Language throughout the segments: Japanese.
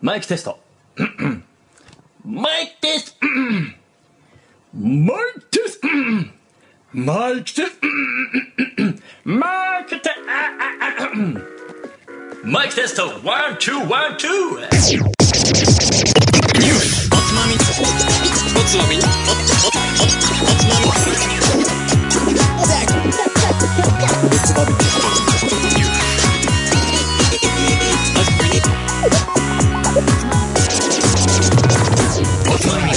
マイクテスト。 マイクテスト。 マイクテスト。 マイクテスト。 マイクテスト。 マイクテスト。ワン、ツー、ワン、ツー。おつまみおつまみおつまみおつまみおつまみ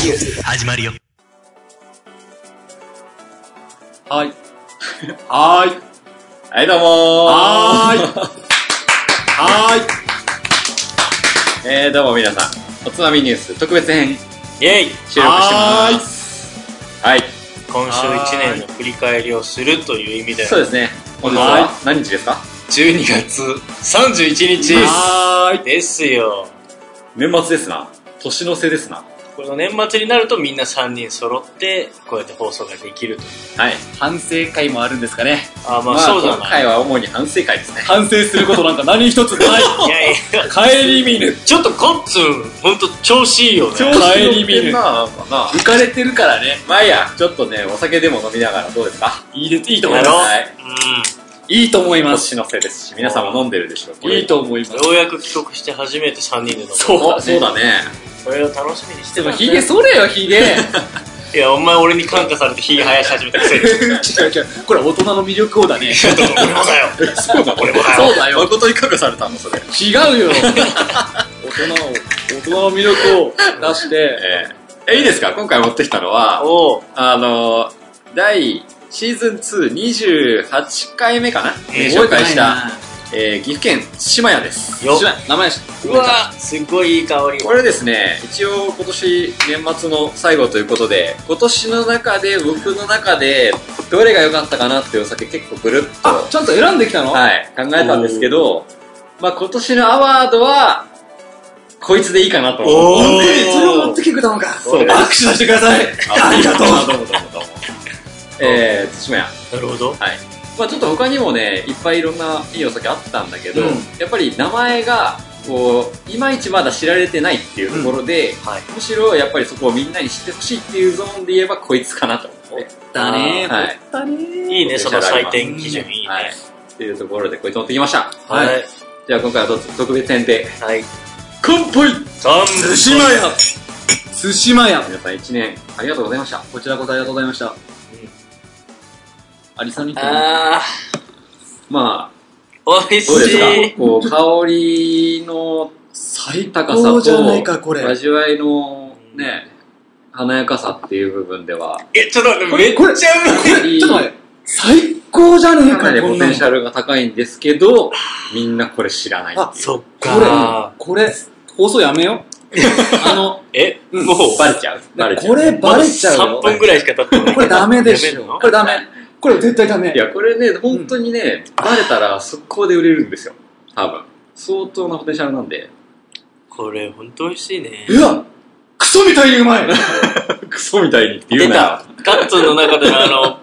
始まるよはい。はーい。はい、どうもー。はーい。はえー、どうも皆さん。おつまみニュース特別編イェイ収録してます。はい。今週1年の振り返りをするという意味でそうですね。本日はは何日ですか12月31日ーい。はーい。ですよ年末ですな。年の瀬ですな。この年末になるとみんな3人揃ってこうやって放送ができるとはい。反省会もあるんですかね。ああまあそうじゃ今ない、回は主に反省会ですね。反省することなんか何一つない。いやいや帰り見ぬ。ちょっとコッツン本当調子いいよね帰り見るる。な、なんかな。浮かれてるからね。まあいいや、ちょっとね、お酒でも飲みながらどうですかいいです。いいと思いやまろはいうす。いいと思います。年の瀬ですし、皆さんも飲んでるでしょう。これいい。と思いますん。ようやく帰国して初めて3人で飲むそうおそうだね。それを楽しみにしてでもたんだヒゲ剃れよ、ヒ ゲ。いやお前俺に感化されて火が生やし始めたくせに違う違う。これ大人の魅力をだね。ちょっと俺もだよそうだ、俺もだよそうだよ。誠に隠されたの、それ。違う よ。大人を、大人の魅力を出して。えーえ、いいですか今回持ってきたのは、おうあのー、第、シーズン2、28回目かなえー紹介した、。えー岐阜県島屋です。よ知らん名前知うわすごいいい香りこれですね、一応今年年末の最後ということで、今年の中で、僕の中で、どれが良かったかなっていうお酒結構ぐるっあ、と、ちゃんと選んできたのはい、考えたんですけど、まあ今年のアワードは、こいつでいいかなと思って。おーえそれを持ってきてくれたのか。そうです握手させてください。ありがとう。どうもどうもどうも。えー、島屋。なるほどまあちょっと他にもね、いっぱいいろんないいお酒あったんだけど、うんやっぱり名前が、こう、いまいちまだ知られてないっていうところで、はいむしろやっぱりそこをみんなに知ってほしいっていうゾーンで言えばこいつかなと思って。だねはいだったねいいね、その採点基準いいね。はい。っていうところでこいつ持ってきました。はいはい。じゃあ今回は特別編で、はい。乾杯三寿司マヤ寿司マヤ皆さん一年ありがとうございました。こちらこそありがとうございました。ありさんにあまあ、ー、美味しどうですいか。こう、香りの最高さと、じゃないか、これ。味わいのね、華やかさっていう部分では、え、ちょっと待って、めっこれ、ちゃうまい。これちょっと待って。最高じゃねえかなか、りこんポテなンのシャルが高いんですけど、みんなこれ知らないっていう。そっかこれ、これ、放送やめよ。あの、え、うんもう、バレ ちゃうバレちゃこう。れバレちゃうよ3。分ぐらいしか経ってない。これダメでしやめんょ。のこれダメ。これ絶対ダメい。や、これね、本当にね、バレたら速攻で売れるんですよ。多分。相当なポテンシャルなんで。これ、ほんと美味しいね。うわクソみたいにうまいクソみたいにって言出うなた。。ガッツンの中でのあの、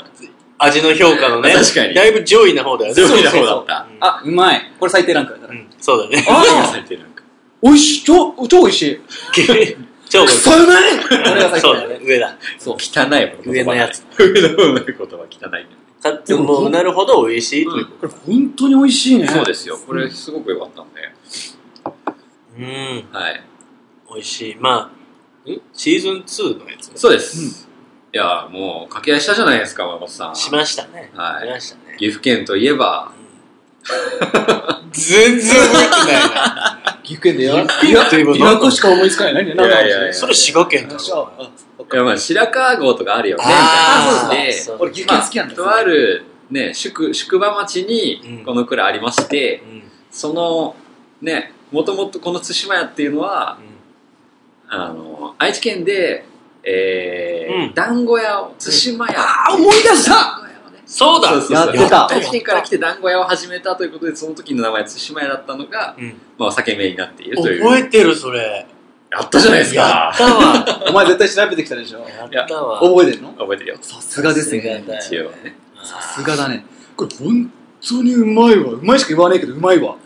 味の評価のね、確かにだいぶ上位な方だよね。上位な方だった。あ、あ、うまい。これ最低ランクだかうら。ん、そうだね。 何が最低なんか。美味しい。超、超美味しい。超ク美味しいソうまいこれが最低そうだだよねね。、上だ。そう。汚いもん上のやつ。 上の方の言葉汚い。ガッツンもうなるほど美味しいという。これ本当に美味しいね。そうですよ。これすごく良かったんで。うん。はい。美味しい。まあ、んシーズン2のやつそうです。いや、もう、掛け合いしたじゃないですか、マコさん。しましたね。はいしましたね。岐阜県といえば、全然覚えてないな。岐阜県でやら岐阜県といえば琵琶湖しか思いつかない。何何いやいやいや それ滋賀県だろ。あ、そっいやまあ白川郷とかあるよね、みあーたいなでそう俺岐阜県好きなんだよまあとある、ね、宿、宿場町にうんこの蔵ありまして、うんその、ね、もともとこの対馬屋っていうのは、あの、愛知県で、えーうん団子屋を、対馬屋。あ、思い出したそうだそうそうそうやってた愛知県から来て団子屋を始めたということで、その時の名前は対馬屋だったのが、うんまあ、お酒名になっているという。覚えてる、それ。やったじゃないですやかっ。たわ。お前絶対調べてきたでしょ。やったわ。覚えてんの覚えてるよ。さすがですね。さ一すがだよ応ね。さすがだね。これ本当にうまいわ。うまいしか言わねえけどうまいわ。はい。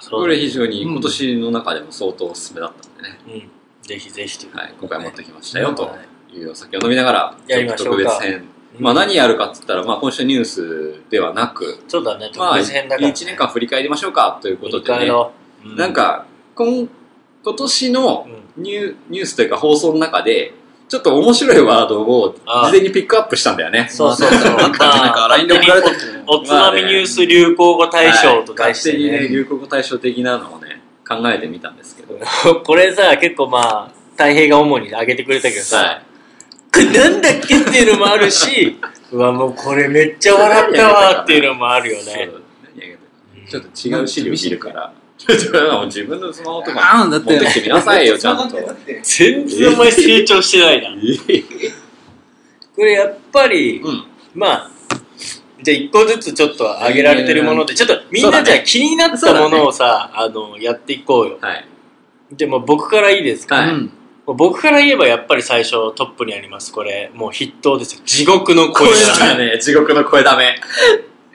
そこうだれね非常に今年の中でも相当おすすめだったんでね、うん。ぜひぜひという。はい、今回持ってきましたよはいというお酒を飲みながら、やりましょうかちょっと特別編。まあ何やるかって言ったら、まあ今週ニュースではなく、そうだね、ま特あ別編だから。 1年間振り返りましょうかということで振り返ね、ろう。うなん、か今今年うのんニューニュースというか放送の中で、ちょっと面白いワードをああ事前にピックアップしたんだよね。そうそうそう。なんか、なんか、まあ LINE で送られてきてねおつまみニュース流行語大賞と題してはい勝手にね、ね。流行語大賞的なのをね、考えてみたんですけど。 これさ、結構まあ、太平が主に上げてくれたけどはさ、い。これなんだっけっていうのもあるし、 うわ、もうこれめっちゃ笑ったわっていうのもあるよねそ。う何やけどちょっと違う資料見るから。ちょっともう自分のスマホとかあーだっ持っててきてみなさいよ、ちゃ んと。全然お前成長してないな。 これやっぱり、うん。まあ、じゃあ一個ずつちょっと上げられてるもので、ちょっとみんなじゃあ気になったものをさ、あの、やっていこうよ。はい。じゃあもう僕からいいですかはい。うんもう僕から言えばやっぱり最初トップにありますこれもう筆頭ですよ地獄のこ声れだね、地獄の声だめ。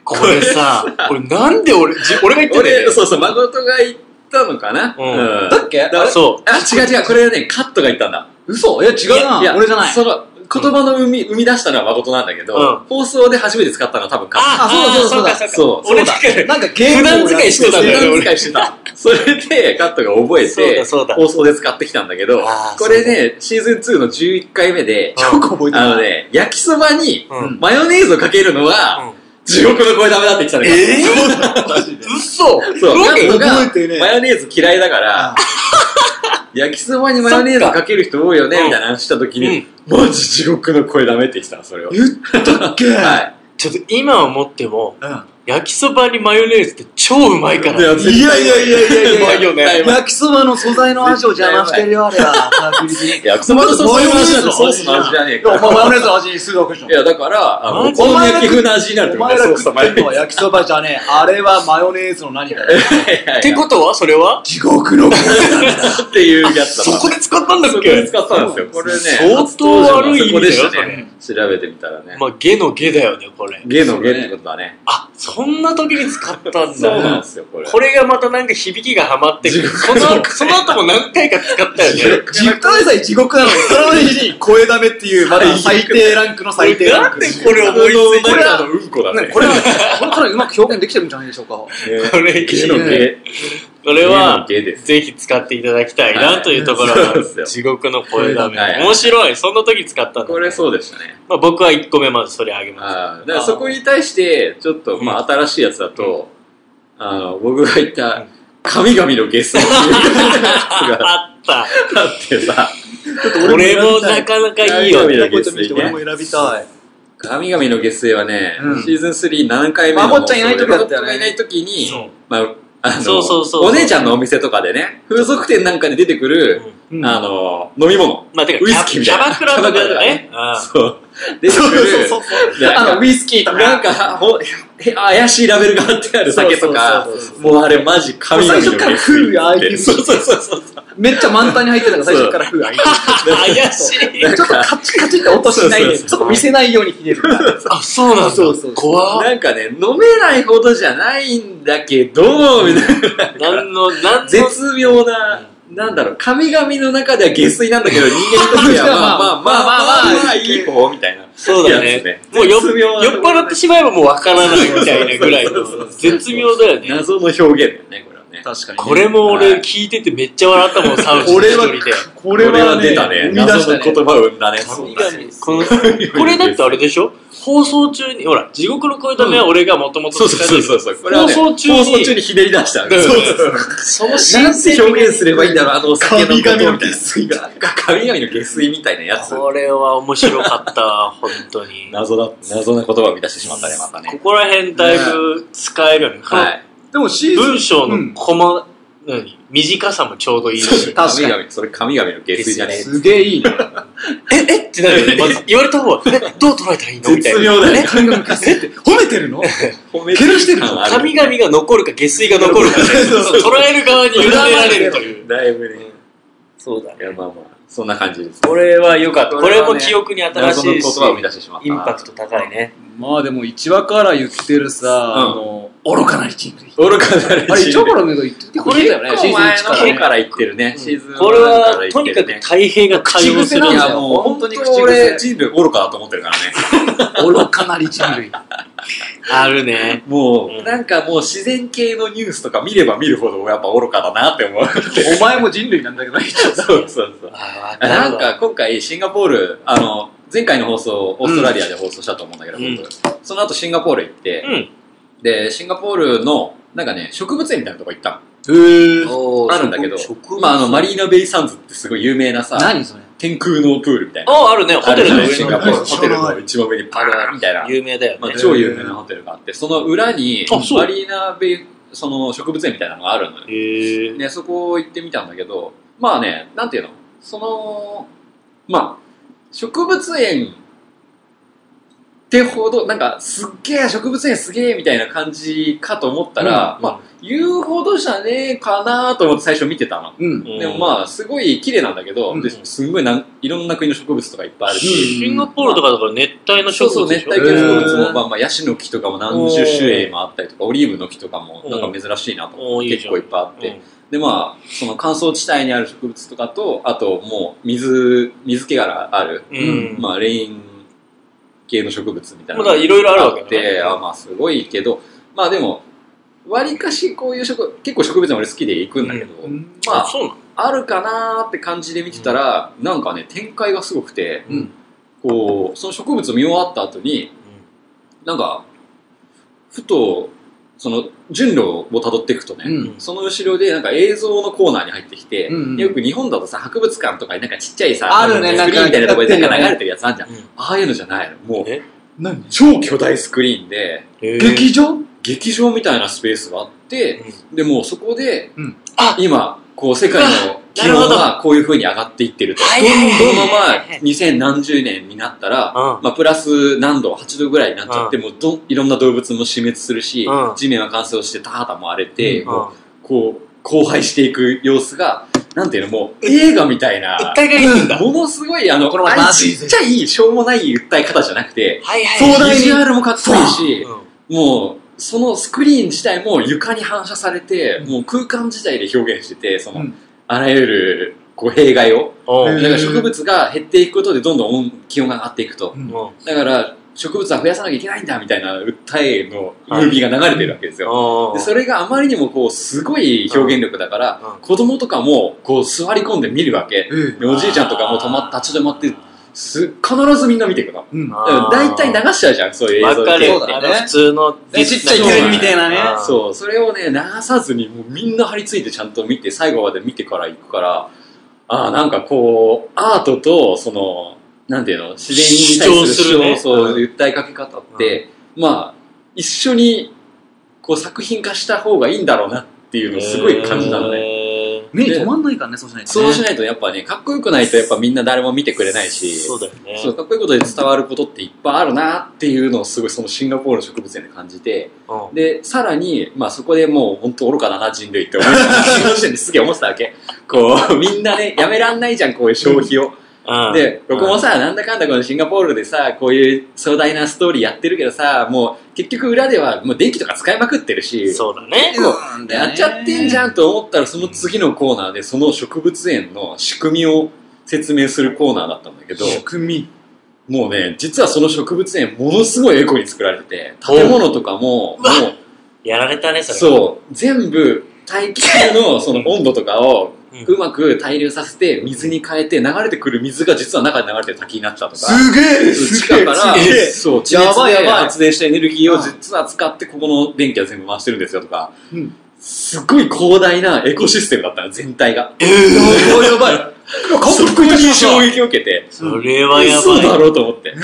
これさこれなんで俺じ俺が言ってんだ 俺、よねそうそう、誠が言ったのかな。うんだっけだそうあ、違う違う、これはね、カットが言ったんだ。嘘いや、違うな。俺じゃない。その、言葉の生み、生み出したのは誠なんだけど、うん放送で初めて使ったのは多分カット。あそうだあーそうだそうかそうか俺だなかんかゲーム普段使いしてたんだよね普段使いして た。それで、カットが覚えそうだて、そうだ放送で使ってきたんだけどあ、ーこれね、シーズン2の11回目で、よく覚えてあのる。ね、焼きそばにうんマヨネーズをかけるのらうは、ん地獄の声ダメだって言ってたのよ。え嘘そう、ロケカット覚えてねがマヨネーズ嫌いだから、 焼きそばにマヨネーズをかける人多いよね、そっかみたいな話した時に、マジ地獄の声ダメって言ってたの、それを。言ったっけはい。ちょっと今思ってもうん焼きそばにマヨネーズって超うまいからでいやいやいやいやいうまやいよね焼きそばの素材の味を邪魔してるよ、あれは。確実に。 焼きそばのそういう話だとソソーーススのの味味じじゃねえでもか。まあマヨネーズの味にするわけじゃんい。や、だから、あの、おマジ好み焼き風の味になるっておこと前らソー食スっとマてヨんネのーはズ。焼きそばじゃねえ。あれはマヨネーズの何かだよ。ってことはそれは地獄の声とっていうやつだそこで使ったんだっそこでけ使ったんですよ。これね。相当悪い初登場がそ意味だよこでしたね。調べてみたらね。まあゲのゲだよねこれゲのゲってことだね。あそんな時に使ったんだそうなんですよ、これ。これがまたなんか響きがハマってくるそのその後も何回か使ったよねただでさえ地獄なのに、それまでに声ダメっていう、まだ最低ランクの最低ランク。なんでこれ思いついたこのれあの、うんこだね。これは、これかなりうまく表現できてるんじゃないでしょうか。これゲのゲ。これはゲのゲですぜひ使っていただきたいはないというところなんそうでですす地獄の声だねはい面白いそんな時使ったんだこれそうでしたね。まあ僕は1個目まずそれあげますああ、だからそこに対して、ちょっと、まあ、新しいやつだと、あの、僕が言った、神々のゲストっていうやつがあっただってさ、俺もなかなかいいよいねやこうやって見て俺も選びたい。神々の月星はね、うんシーズン3何回目のまこっちゃんいない時だったよねまこちゃんがいない時にそう、まあ、あのそうそうそうお姉ちゃんのお店とかでね、風俗店なんかに出てくる、うんあの、飲み物。まあてかウイスキーみキたャいな。バクラとかだねああそう。出てくる。そうそうでなんかあの、ウイスキーとか。なんか、ほ、へ怪しいラベルが貼ってある酒とかそうそうそう、もうあれマジ神々の最初から月来るよああいう星。そうそうそうそう。めっちゃ満タンに入ってたから最初からフー開いて怪しいる。ちょっとカチカチって音しないで、そうそうそうちょっと見せないようにひねるから。あそうなんそうそうそうだ怖っなんかね、飲めないほどじゃないんだけど、みたいな。何の何の絶妙な、なんだろう、神々の中では下水なんだけど、人間にとっては、まあまあまあまあまあ、まあいい方みたいな。そうだやねつねもうよ絶妙な酔っ払ってしまえばもうわからないみたいなぐらいの絶妙だよね謎の表現だよね、これはね。確かに。これも俺聞いててめっちゃ笑ったもん、サウジ一俺は人で。これはね、出た生ね。み出し謎たのね。言葉を生んだね。神そうだね々このこれだってあれでしょ放送中に、ほら、地獄の声止めは俺がもともそとうそうそうそう。これはね放送中に放送中にひねり出した。だよねそうそうそうそのな新んて鮮表現すればいいんだろう、あのお酒のことみたいな。神々の下水が。神々の下水みたいなやつ。これは面白かった、本 当に。謎だ、謎な言葉を生み出してしまったね、またこね。こら辺だいぶ使えるよね。このはい。でもシーズン。文章うのんこま、何短さもちょうどいいし。確神か々、それ神々の下水じゃねえにに。すげえいいね。え、えってなるよね。まず言われた方は、え、どう捉えたらいいのみたい絶な。妙だね。神々化するって褒めてるの褒め感あ神々が残るか下水が残るか ね、捉える側に委ねられるという。だいぶね。そうだねいや、まあまあ、そんな感じです。これは良かった。ここれれはねも記憶に新謎の言しいし、葉を生み出してしまった。インパクト高いね。まあでも1話から言ってるさ、んあの、愚かな一人類。愚かなるあれ、一応こから言ってきてほしいんだよね、結構シーズン前1のから方ね。から言ってるね。シーズンこれ1からは、言とってにるかねく開平が会話するんいだやよ。もう本当に口癖人類愚かだと思ってるからね。愚かな一人類。あるね。もうう、んなんかもう自然系のニュースとか見れば見るほどやっぱ愚かだなって思 う。お前も人類なんだけど、そうそうそう。あーなんか、今回シンガポール、あの、前回の放送、オーストラリアで放送したと思うんだけど、うん本当にその後シンガポール行って、うんで、シンガポールの、なんかね、植物園みたいなとこ行った のあるんだけど、まあ、あの、マリーナベイサンズってすごい有名なさ、何それ天空のプールみたいな。ああ、あるね。ホテルのあるじゃんシ上ンのガポール。知ホらテないルの一番上にパーンみたいな。有名だよまあ、ね。超有名なホテルがあって、その裏に、あそうマリーナベイ、その植物園みたいなのがあるのよ。へえ。ね、そこ行ってみたんだけど、まあね、なんていうのその、まあ、植物園ってほど、なんか、すっげえ、植物園すげえみたいな感じかと思ったら、まあ、言うほどじゃねえかなと思って最初見てたの。うん。うんでもまあ、すごい綺麗なんだけど、うんですんごいなんいろんな国の植物とかいっぱいあるし、シンガポールとかだから熱帯のそ植うそう、物でし熱ょ帯系の植物へも、ーまあまあ、ヤシの木とかも何十種類もあったりとか、オリーブの木とかも、なんか珍しいなと思おっーいて、いじゃん結構いっぱいあって、でまあその乾燥地帯にある植物とかとあともう水水気がある、うん。まあレイン系の植物みたいなまあだからいろいろあるわけっだねてあまあすごいけどまあでもわりかしこういう植結構植物も俺好きで行くんだけど、うんまあそうなのあるかなーって感じで見てたら、なんかね展開がすごくて、うんこうその植物を見終わった後になんかふとその順路をたどっていくとね、うんその後ろでなんか映像のコーナーに入ってきて、うんうんよく日本だとさ、博物館とかになんかちっちゃいさ、あるねスクリーンみたいなところでなんか流なんかやれてるやつあるじゃん。ああいうのじゃないの。もう、え何超巨大スクリーンで、劇劇場劇場みたいなスペースがあって、で、もうそこで、うんあ今、こう世界の気な温るほどがこういう風に上がっていってると。はいどはいはいんどんまあ、2000何十年になったら、うんまあ、プラス何度、8度ぐらいになっちゃって、もうどんいろんな動物も死滅するし、うん地面は乾燥して田畑も荒れて、うんもうこう、荒廃していく様子が、なんていうの、もう映画みたいな、一回がいいんだ。ものすごい、あの、このマちジでっちゃい、しょうもない訴え方じゃなくて、はいはい。壮大ビにジュアルもかっこいいし、うんもう、そのスクリーン自体も床に反射されて、もう空間自体で表現してて、そうのん、あらゆる、こう、弊害を。おうだんうから植物が減っていくことで、どんどん温気温が上がっていくとう。んおうだから、植物は増やさなきゃいけないんだ、みたいな訴えのムービーが流れてるわけですよ。おうでそれがあまりにもこうすごい表現力だから、うんうん子供とかもこう座り込んで見るわけ、えでおじいちゃんとかも止まっ立ち止まってす必ずみんな見ていくのうん。あだから大体流しちゃうじゃんそういう映像わかる系よ。そうだあねの普通のディスちっちゃいテレビみたいなねあーそうそれをね流さずにもうみんな張り付いてちゃんと見て最後まで見てから行くからああなんかこうアートとそのなんていうの自然に対する主張するねそうそう訴えかけ方って、まあ一緒にこう作品化した方がいいんだろうなっていうのをすごい感じたのねね。目止まんないからね、そうしないと。そうしないとやっぱね、かっこよくないとやっぱみんな誰も見てくれないし、そうだよね。そうかっこいいことで伝わることっていっぱいあるなっていうのをすごいそのシンガポールの植物園で感じて、うんで、さらに、まあそこでもう本当愚かだな人類って思って、その時点ですげえ思ってたわけ。こう、みんなね、やめらんないじゃん、こういう消費を。うんで、僕もさ、なんだかんだこのシンガポールでさ、こういう壮大なストーリーやってるけどさ、もう結局裏ではもう電気とか使いまくってるし、そうだね。うんやっちゃってんじゃん。んと思ったら、その次のコーナーで、その植物園の仕組みを説明するコーナーだったんだけど、仕組み。もうね、実はその植物園、ものすごいエコに作られてて、建物とかも、もう、やられたね、それ。そう、全部、大気中のその温度とかをうんうまく対流させて、水に変えて、流れてくる水が実は中に流れてる滝になったとか。すげえ地す下げえから、そう、地や熱ばいでやばい発電したエネルギーを実は使って、ここの電気は全部回してるんですよとかうん、すごい広大なエコシステムだったの、全体が。 やばいやばい。そこに衝撃を受けて、それはや嘘だばい。ろうと思 って。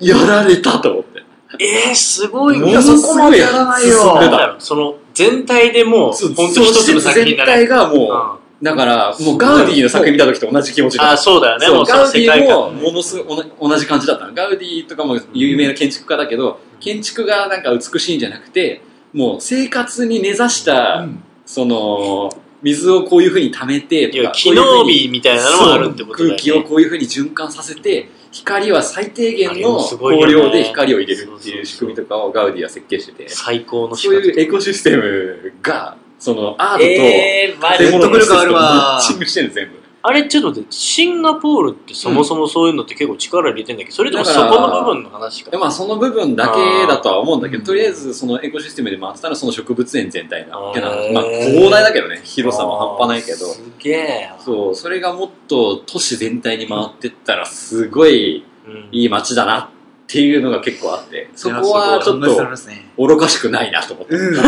やられたと思って。えー、すごいもいね。やのそすこごまいでやらないよ進んでた。その、全体でもう、そう本当に一つの作品全だね。体がもうんう、だから、もうガウディの作品見た時と同じ気持ちだあ、そうだよね。そもううそのガウデ世界ィも観。ものすごい同じ同じ感じだったのガウディとかも有名な建築家だけど、建築がなんか美しいんじゃなくてもう生活に根ざした、うんその水をこういうふうに溜めていとや、か機能こういう美みたいなのもあるってこと風だに空よ気をね。こういうふうに循環させて光は最低あ限れものすごいよ光ね量で光を入れるってそうそうそいうう仕組みとかをガウディは設計してて、最高の仕そう方いうエコシステムが、そのアートと、えー、マジ建物の説得力あるわシステムとマッチングしてるの全部。あれちょっと待ってシンガポールってそもそもそういうのって結構力入れてんだけどそれともだそからこの部分の話かでまあその部分だけだとは思うんだけど、とりあえずそのエコシステムで回したらその植物園全体なわけなのへーまあ広大だけどね、広さも半端ないけどあー。すげえ、そう、それがもっと都市全体に回ってったらすごいうんいい街だなっていうのが結構あって、そこはちょっ考えされとますね愚かしくないなと思って。うん。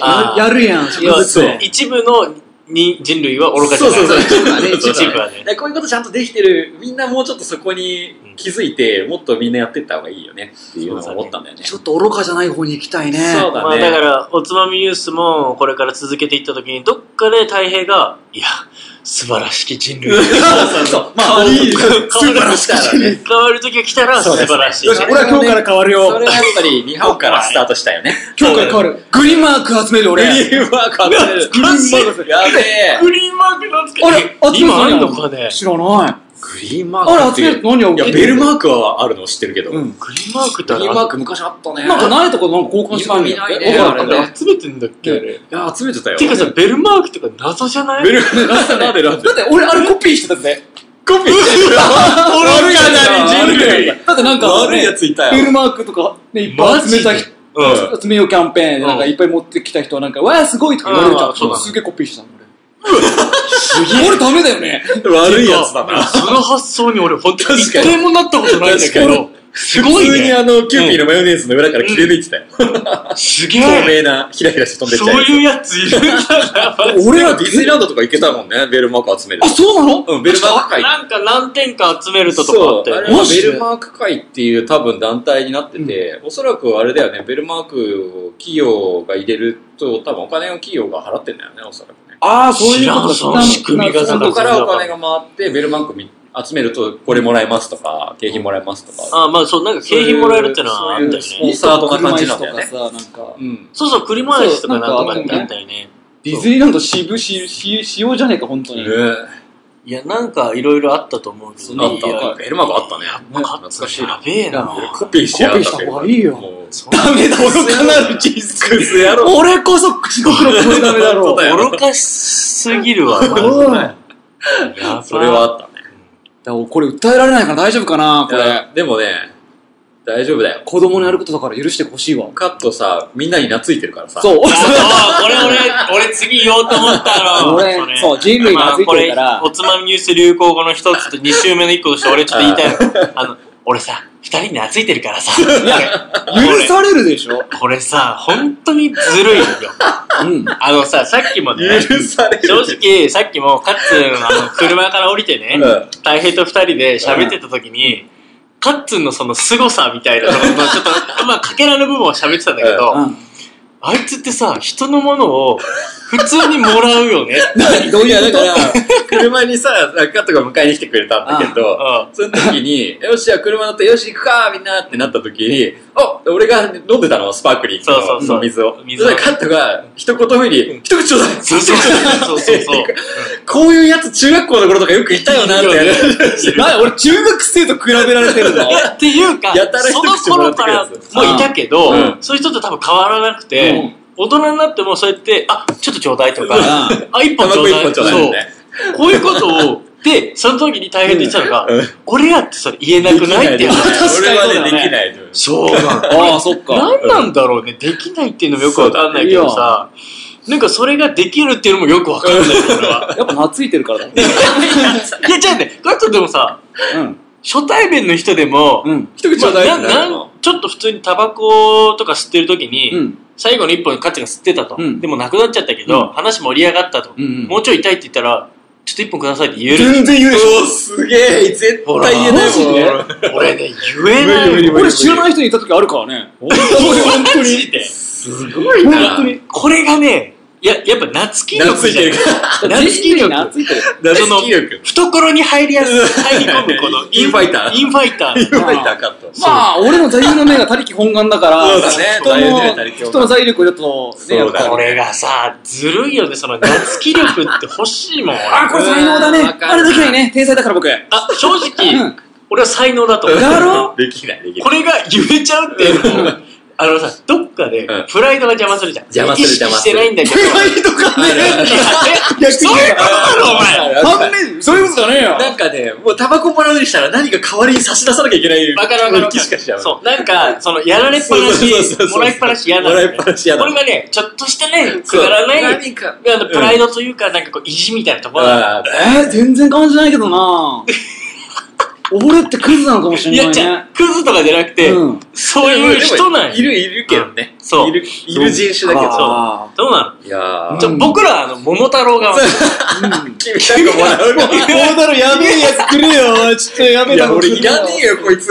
あーやるやん、植要は物そう園。一部のに人類は愚かじゃ ないそうそうそう一部はねそうそう一部はねでこういうことちゃんとできてる、みんなもうちょっとそこに気づいて、もっとみんなやってった方がいいよねっていうのを思ったんだよね。ちょっと愚かじゃない方に行きたいね。そうまだあ、だかね。らおつまみニュースもこれから続けていった時にどっかで太平がいや素晴らしき人類そうそう。まあ、いいですよ変素晴わる時らしき人類 変わる時が来たら素晴らしい、そうですね俺は今日から変わるそれよ。はやっぱり日本からスタートしたよね。今日から変わる。グリーンマーク集めるグ俺。リーンワークアップ。グリーンマークやべえ。グリーンマークのつけあれ集めて今なあいるのかね知らない。グリーンマあれ集める何がいや、ベルマークはあるの知ってるけど。うん。グリーンマークってグあリれーンマーク昔あったね。なんかないとこなんか交換してんだよ今見ないねえわかあんれないね集めてんだっけあれいや、集めてたよ。てかさベルマークとか謎じゃないベルマークなんでなんでだって俺あれコピーしてたぜ。コピーしてる悪いやなり人類だってなんか、悪いやついたベルよ。マークとか、ね、いっぱい集めたマジ人、集めようキャンペーンで、なんかいっぱい持ってきた人はなんか、わあすごいとか言われるじゃ。うんんそうだねすげえコピーしたの 俺。俺ダメだよね。悪いやつだでもな。その発想に俺本当に一確かに回もなったことないんだけ確どすごい普通にねあの、キューピーのマヨネーズの裏から切れ抜いてたよ。すげ透明えな、ひらひらして飛んでっそちゃういうやついるんだな俺らディズニーランドとか行けたもんね、ベルマーク集めるあ、。そうなのうん、ベルマーク会なんか何点か集めるととかあそってう、あれマはジベでルマーク会っていう多分団体になってて、おそらくあれだよね、ベルマークを企業が入れると、多分お金を企業が払ってんだよね、おそらくね。ああ、そういうこと知らんその仕組みがなそんかこからお金が回って、ベルマークみ集めると、これもらえますとか、景品もらえますとか。あまあそうなんか景品もらえるってのはあったよねそうそいううスタートな感じなんだよね車椅子とかさ、なんか。うん。そう栗回しとかなんとかってあったよねディズニーランド渋し、し、しようじゃねえか、本当に。いやなんかいろいろあったと思うけどあっいやた。ベルマークあったね。懐かしいやな。べえなコピーしてやコがっピーしたた方がいいよ。もうダメだ、愚かなる人生。俺こそ、地獄の声ダメだろ本当 だよ愚かしすぎるわマジおいだかでやばそれはあったね。らこれ訴えられないから大丈夫かな、こいれ。やでもね、大丈夫だよ。子供のやることだから許してほしいわ。カットさ、みんなに懐いてるからさ。 そう、俺そうあそうこれ俺、俺次言おうと思った の。俺これそう人類がついてるからまあこれおつまみニュース流行語の一つと二週目の一個として俺ちょっと言いた いの。あの、俺さ、二人に懐いてるからさ。いや、許されるでしょ。これさ、本当にずるいよ。うん。あのさ、さっきもね、許される。 正直、さっきも、カッツン、あの、車から降りてね、うん大平と二人で喋ってた時に、カッツンのその凄さみたいなのの、ちょっと、まあ、かけらの部分を喋ってたんだけど、うんあいつってさ、人のものを普通にもらうよね。どういうだから、車にさ、カットが迎えに来てくれたんだけど、うその時に、よし、じゃあ車乗って、よし、行くか、みんなってなった時に、あ俺が飲んでたの、スパークリングのそうそうそう水を。水水をを。カットが、一言目に、一口ちょうだいそうそうそうそうそう。こういうやつ中学校の頃とかよくいたよな、みたいな。 な俺中学生と比べられてる のっていうかやた、ら一その口もらっ頃てかくるらやもついたけど、うんそういう人と多分変わらなくて、うん大人になってもそうやって、あ、ちょっとちょうだいとか、うあ、一タ本バコちょう一だい本ちょうだいみたいなね。そう。こういうことを、で、その時に大変で言ってたのが、うん俺らってそれ言えなくないってでき話。俺はね、でそうだきないのよ。そうなの。ああ、 そっか。何なんだろうね。できないっていうのもよくわかんないけどさ、なんかそれができるっていうのもよくわかんない、俺 は。やっぱ懐いてるからだ。いや、じゃあね、ガットでもさ、うん。初対面の人でも、うん。一口ちまょあうだいなってなるなのん。ちょっと普通にタバコとか吸ってる時に、うん。最後の一本カッチが吸ってたと、うんでもなくなっちゃったけど、うん話盛り上がったと、うんうんもうちょい痛いって言ったら、ちょっと一本くださいって言える。全然言うでしおーすげえ絶対言えないもん。マ俺ね、言えない無理無理無理ょ。俺知らない人にいた時あるから ね。本マジで。当に。本当に。これがね、いや、やっぱ夏気力懐いじゃてんるから。夏気力。 懐いてる。その懐いてる懐に入りやす い、入り込むこのインファイターインファイター。から。いたカット。まあ、俺の座右の銘が他力本願だから、そうだね座右の銘他力人の、本願人の財力をちょっと、ね、やそっうだねぱこれがさ、ずるいよね、その夏気力って欲しいもん、俺。あ、これ才能だね。あれだけないね。天才だから僕。あ、正直、うん俺は才能だと思う。やろできない、できない。これが言えちゃうっていうのも、あのさ、どっかでうん、プライドが邪魔するじゃん。邪魔する意識邪魔しするてないんだけど。え 逆そういうことだろ、お前反面、そういうことじゃねえよ。なんかね、もうタバコもらうにしたら何か代わりに差し出さなきゃいけない。わかるわかるわ気かしかる。しちゃう。そう、なんか、その、やられっぱなそうそうそうそうし、もらいっぱなし嫌なんだよもらいねっぱなし嫌だこれがね、ちょっとしたね、くだらない、何か。あのプライドというか、なんかこう、意地みたいなところだあーえー、全然感じないけどな俺ってクズなのかもしいれなや、いじゃねあ。クズとかじゃなくて、うんそういう人なんやいる、いるけどね。そういる、いる人種だけど。あどうなう。いやのーちょ、僕らはあの、桃太郎側。君なんかもらうーこうなるやべえやつくれよ。ちょっとやべえいなや、の俺い来るよらねえよ、こいつ。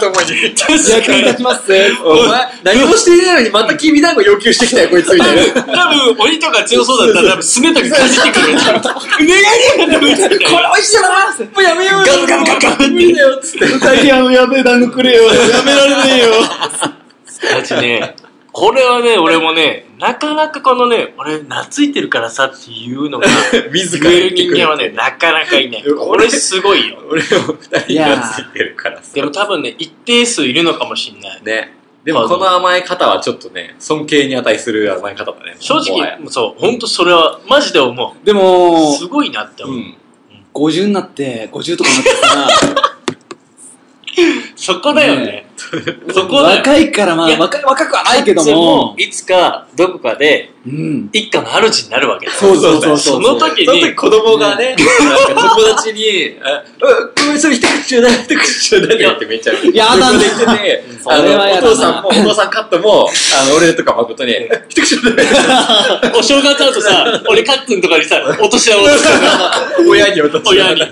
ともに。確役にか立に。ちますぜ。お前、何もしていないのにまたきびだんご要求してきたよ、こいつみたいな。多分、鬼とか強そうだったら、多分、すねとかかじってくる。願いだよ、これこれ美味しいなもうやめようよガブガブガブガブって。最近あのやべえ団子くれよ。やめられねえよ。だってね、これはね、俺もね、なかなかこのね、俺、懐いてるからさっていうのが、 自言える人間はね、なかなかいない。これすごいよ。俺も二人がついてるからさでも多分ね、一定数いるのかもしんない。ね。でもこの甘え方はちょっとね、尊敬に値する甘え方だね。正もはや直、そう、ほんとそれは、マジで思でう。も、すごいなってう思う。ん。 50になって、50とかになってさ、そこだよね。 そこだよ。若いからまいあ、や若い若くはないけども、いつか、どこかで、うん。一家の主になるわけだよ。そうそうそう。そうの時その時に、子供がね、なんか友達 に、あ、うごめん、それ一口ちょうだい、一口ちょうだいって言ってめっちゃや だね言ってて、そあれはの、おやだな父さんも、お父さんカットも、あの、俺とか誠 に、一口ちょうだいお正月あとさ、俺カッツンとかにさ、お年玉を落としたの親に落と親に。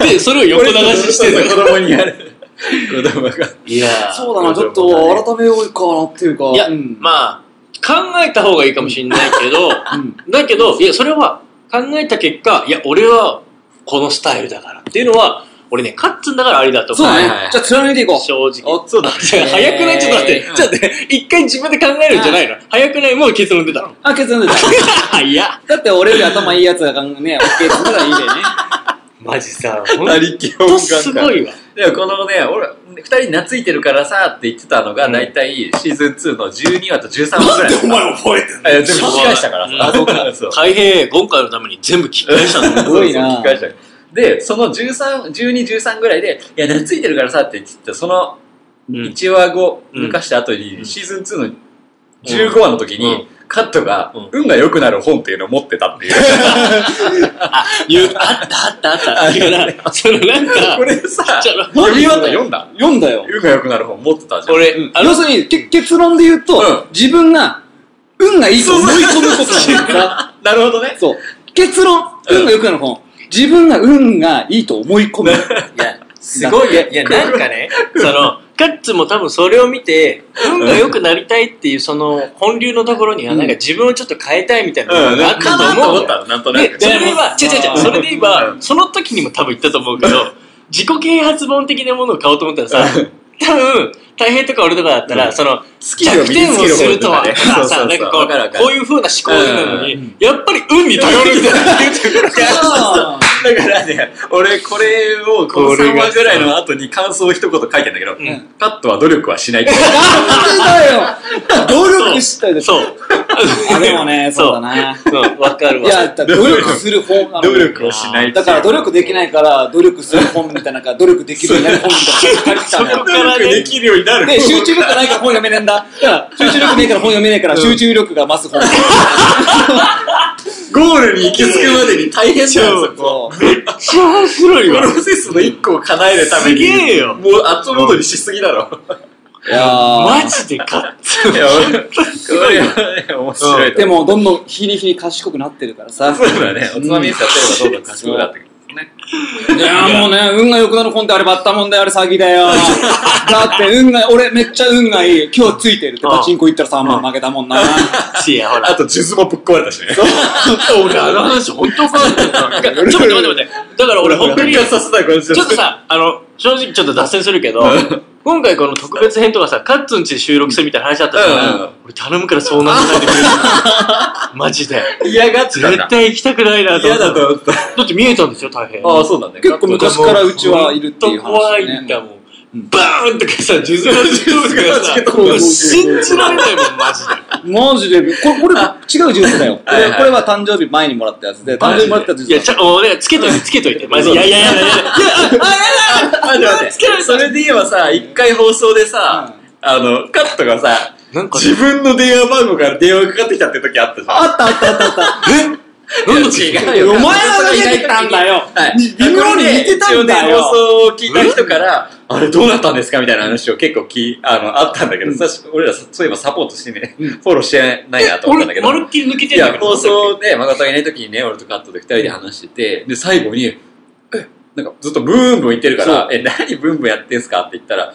で、それを横流しして る子供にやる。子供が。いやそうだな、ちょっと改めようかなっていうか。いや、うんまあ、考えた方がいいかもしれないけど、うんだけど、いや、それは考えた結果、いや、俺はこのスタイルだからっていうのは、俺ね、カッツンだからありだと思そうう。だはいはねい。じゃあ貫いていこう。正直。そうだ。じゃあ早くないちょっと待って。ちょっと待って。一回自分で考えるんじゃないの早くないもう結論出たの。 あ、結論出た。いや。だって俺より頭いいやつが考えね、OK だったらいいでね。マジさ、ほんなりきとすごいわ。でもこのね、俺、二人懐いてるからさって言ってたのが、大体シーズン2の12話と13話ぐ らい。なんでお前覚えてんの全 部聞き返したからさ。あそうか。そう。大変、今回のために全部聞き返した の。すごいな聞き返したで、その13、12、13ぐらいで、いや、懐いてるからさって言ってた、そのうん1話後、うん抜かした後に、んシーズン2の15話の時うに、カットがうん、運が良くなる本っていうのを持ってたっていう。言う、あったあったあった。っていうから、そのなん かこ、れさ、ちょっと読み終わった読んだ読んだよ。運が良くなる本持ってたじゃん。俺、あの要するに、け結論で言うと、うん自分が、運がいいと思い込むことなんだ。なるほどね。 そう。結論、運が良くなる本。自分が運がいいと思い込む。いや、すごいいや、なんかね、その、カッツも多分それを見て、運が良くなりたいっていう、その、本流のところには、うんなんか自分をちょっと変えたいみたいなうのん、があなっんかたなとと思う思んっだよ。たの、なんとなでく、。それでは、そ違うれも違う違う、それで言えば、その時にも多分言ったと思うけど、自己啓発本的なものを買おうと思ったらさ、多分、大平とか俺とかだったうら、んその、ルを弱身に点つをけるするとは、方とかねとかさ、そうそうそうなんかこわかるわう、かるこういう風な思考なのに、やっぱり運に頼るみたいな言うてくるからあだからね、俺これをこの3話ぐらいの後に感想を一言書いてんだけど、んカットは努力はしないって。あ、だよ努力したいで す。そう。あ、で もね、そうだな。うん、わかるいわ。や、だから努力する本なの努力をしないっていうだから努力できないから、努力する本みたいな、努力できるようになる本みたいなのが書いてきたんだよそこ。努力できるようになる。で、集中力ないから本読めねえんだ。だから、集中力ねえから本読めねえから、集中力が増す本。ゴールに行き着くまでに大変だよ、そこ。そうめっちゃ面白いプわ。ロセスの一個を叶えるために。すげえよもう後戻りしすぎだろ。いやーマジでか。いや、俺これはね、面白いとで思う。も、どんどん日に日に賢くなってるからさ。そうだね、おつまみやってればどんどん賢くなってくる。いやーもうね、運が良くなる本ってあれバッタもんだよ、あれ詐欺だよ。だって運が、俺めっちゃ運がいい。今日ついてるってパチンコ行ったら3万負けたもんな。いや、ほあら。と、数珠もぶっ壊れたしね。俺、あの話、本当かちょっと待って待って待って。だから俺、本当に、復活させたい、この人ちょっとさ、あの、正直ちょっと脱線するけど、今回この特別編とかさ、カッツンちで収録するみたいな話だったじゃん。うんうん俺頼むからそうなんないでくれるマジで。嫌がってたんだ絶。対行きたくない なと嫌思って。だと思った。だって見えたんですよ、大変。ああ、そうなんだね。結構昔からうちはいるっていうほんと怖話いんね。だもん。バーンとかさ、数珠がつけとかさ、とかさ信 じられないもん、マジで。マジで、これ、これ違うジュースだよ。こはいれはいこれは誕生日前にもらったやつで、誕生日もらったやついや、ちゃ、俺、つけといて、つけといて。マジで。いやいやいやいや いや。待って待って。それで言えばさ、一回放送でさ、あの、カットがさ、なんか、自分の電話番号から電話かかってきたって時あったじゃん。あったあったあったあった。なんだ違うよ。お前がかけてたんだよはい。微妙に似てたこれで一応んだよね放送を聞いた人から、あれどうなったんですかみたいな話を結構き、あの、あったんだけど、さ俺らさそういえばサポートしてね、フォローしてないなと思ったんだけど俺、ま。るっきり抜けいてんだや、け放ど。送で、マガさんがいない時にね、俺とカットで二人で話してて、で、最後に、え、なんかずっとブーンブン言ってるから、え、何ブーンブンやってんすかって言ったら、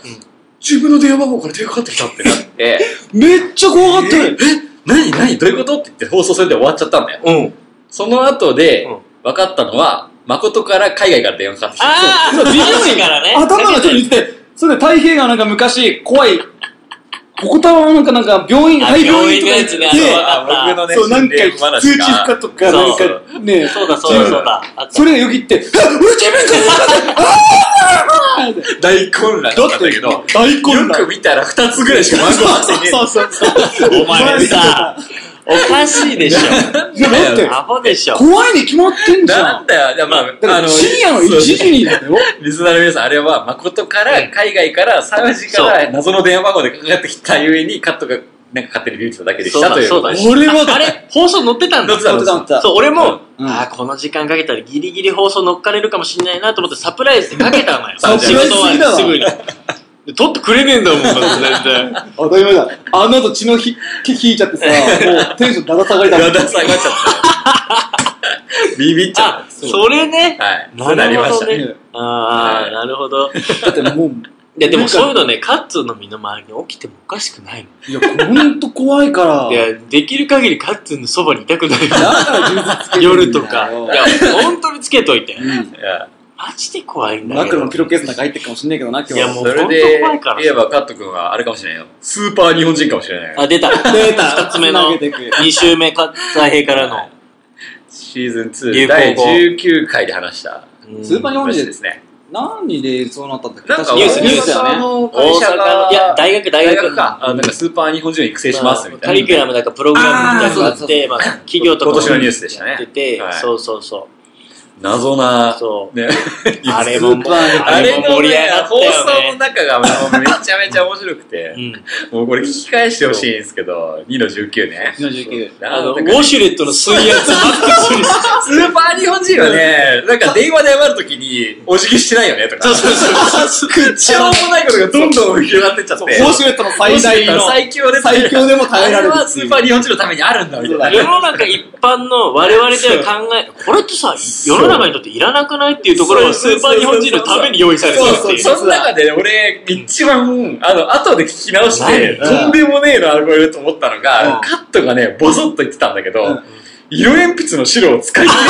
自分の電話番号から電話かかってきたってなって、めっちゃ怖かったよ。何何どういうことって言って放送それで終わっちゃったんだよ。うん。その後でうん、分かったのは、誠から海外から電話かかってきた。ああ、美人からね。頭がちょっと似てて、それで太平がなんか昔、怖い、ここたまなんかなんか病院、あ廃病院とか病院行っのやつてねあ僕のね、そう、なんか心霊話、通知がしたとか、なんか、ねそうだそうだそうだ。あったそれよぎって、あ俺自分から言ったんだよ大混乱だったんだけど、よ大混く乱。見たら2つぐらいしか番号が出てねえそうそうそう。お前さ、おかしいでしょ。いやだって、アホでしょ。怖いに決まってんじゃなんん。だよ、いやまあ、だかあら深夜の1時にだよ。リスナーの皆さん、あれは、誠から、海外から、沢地から、謎の電話番号でかかってきたゆえに、カットが、なんか勝手に流出ただけでしそうただというそうこだとで俺はああれ放送載ってたん載だってた載ってた載ってたそう、俺も、うんああ、この時間かけたらギリギリ放送乗っかれるかもしんないなと思ってサプライズでかけたのよ。サ仕プライズ事す終ぎだわわりすぐに。で撮ってくれねえんだもん、全然。当たり前だ。あの後血のひ気引いちゃってさ、もうテンションだだ下がりだもんだだ下がっちゃった。ビビっちゃあっ、それね。た。はい。そうなるほどなりました。ね。ああ、なるほど。いだってもう、や、でもそういうのね、カッツーの身の回りに起きてもおかしくないの。いや、ほんと怖いから。いや、できる限りカッツーのそばにいたくないよ。だから充実つけてんだよ夜とか。いや、本当につけといて。ういん。やマジで怖いんだマけクど。ロのピロケースの中入ってるかもしんないけどな、今日。いやもうそれほんでと怖いから、言えば、カット君は、あれかもしれないよ。スーパー日本人かもしれないよ。あ、出た。出た二つ目の、投げてく二週目、か太平からの。シーズン流行2、語第19回で話したスーパー日本話人でですね。何でそうなったんだっけなんか、ニュース確ニューかスだよね。の会大社阪がの、いや、大学、大大学。学か。あなんか、スーパー日本人を育成します、みカたいリな。キュラムなんかプログラムみたいなのがあって、まあ、企業とか今年のニュースでしたねやっててはい、そうそうそ謎なう。、そう。ね。あれも、 ああれれもの盛りね上が、った放送よのね。中がもうめちゃめちゃ面白くてう、ん。もうこれ聞き返してほしいんですけど、2の19ね。 49。あの、ウなんかォシュレットの水圧マックスに。スーパー日本人はね、なんか電話で謝るときに、お辞儀してないよねとか、そうそうそう。しょうもないことがどんどん広がってっちゃって、ウォシュレットの最大の、最強で最強でも耐えられるあれはスーパー日本人のためにあるんだみたいな。世の中一般の我々では考え、これってさ、世の中にとっていらなくないっていうところをスそうーパー日本人のために用意されてるってそういう。そう、その中でね俺、一番、あの、後で聞き直して、うんとんでもねえな、これと思ったのうがん、カットがね、ボソッと言ってたんだけうどん、色鉛筆の白を使い切れる。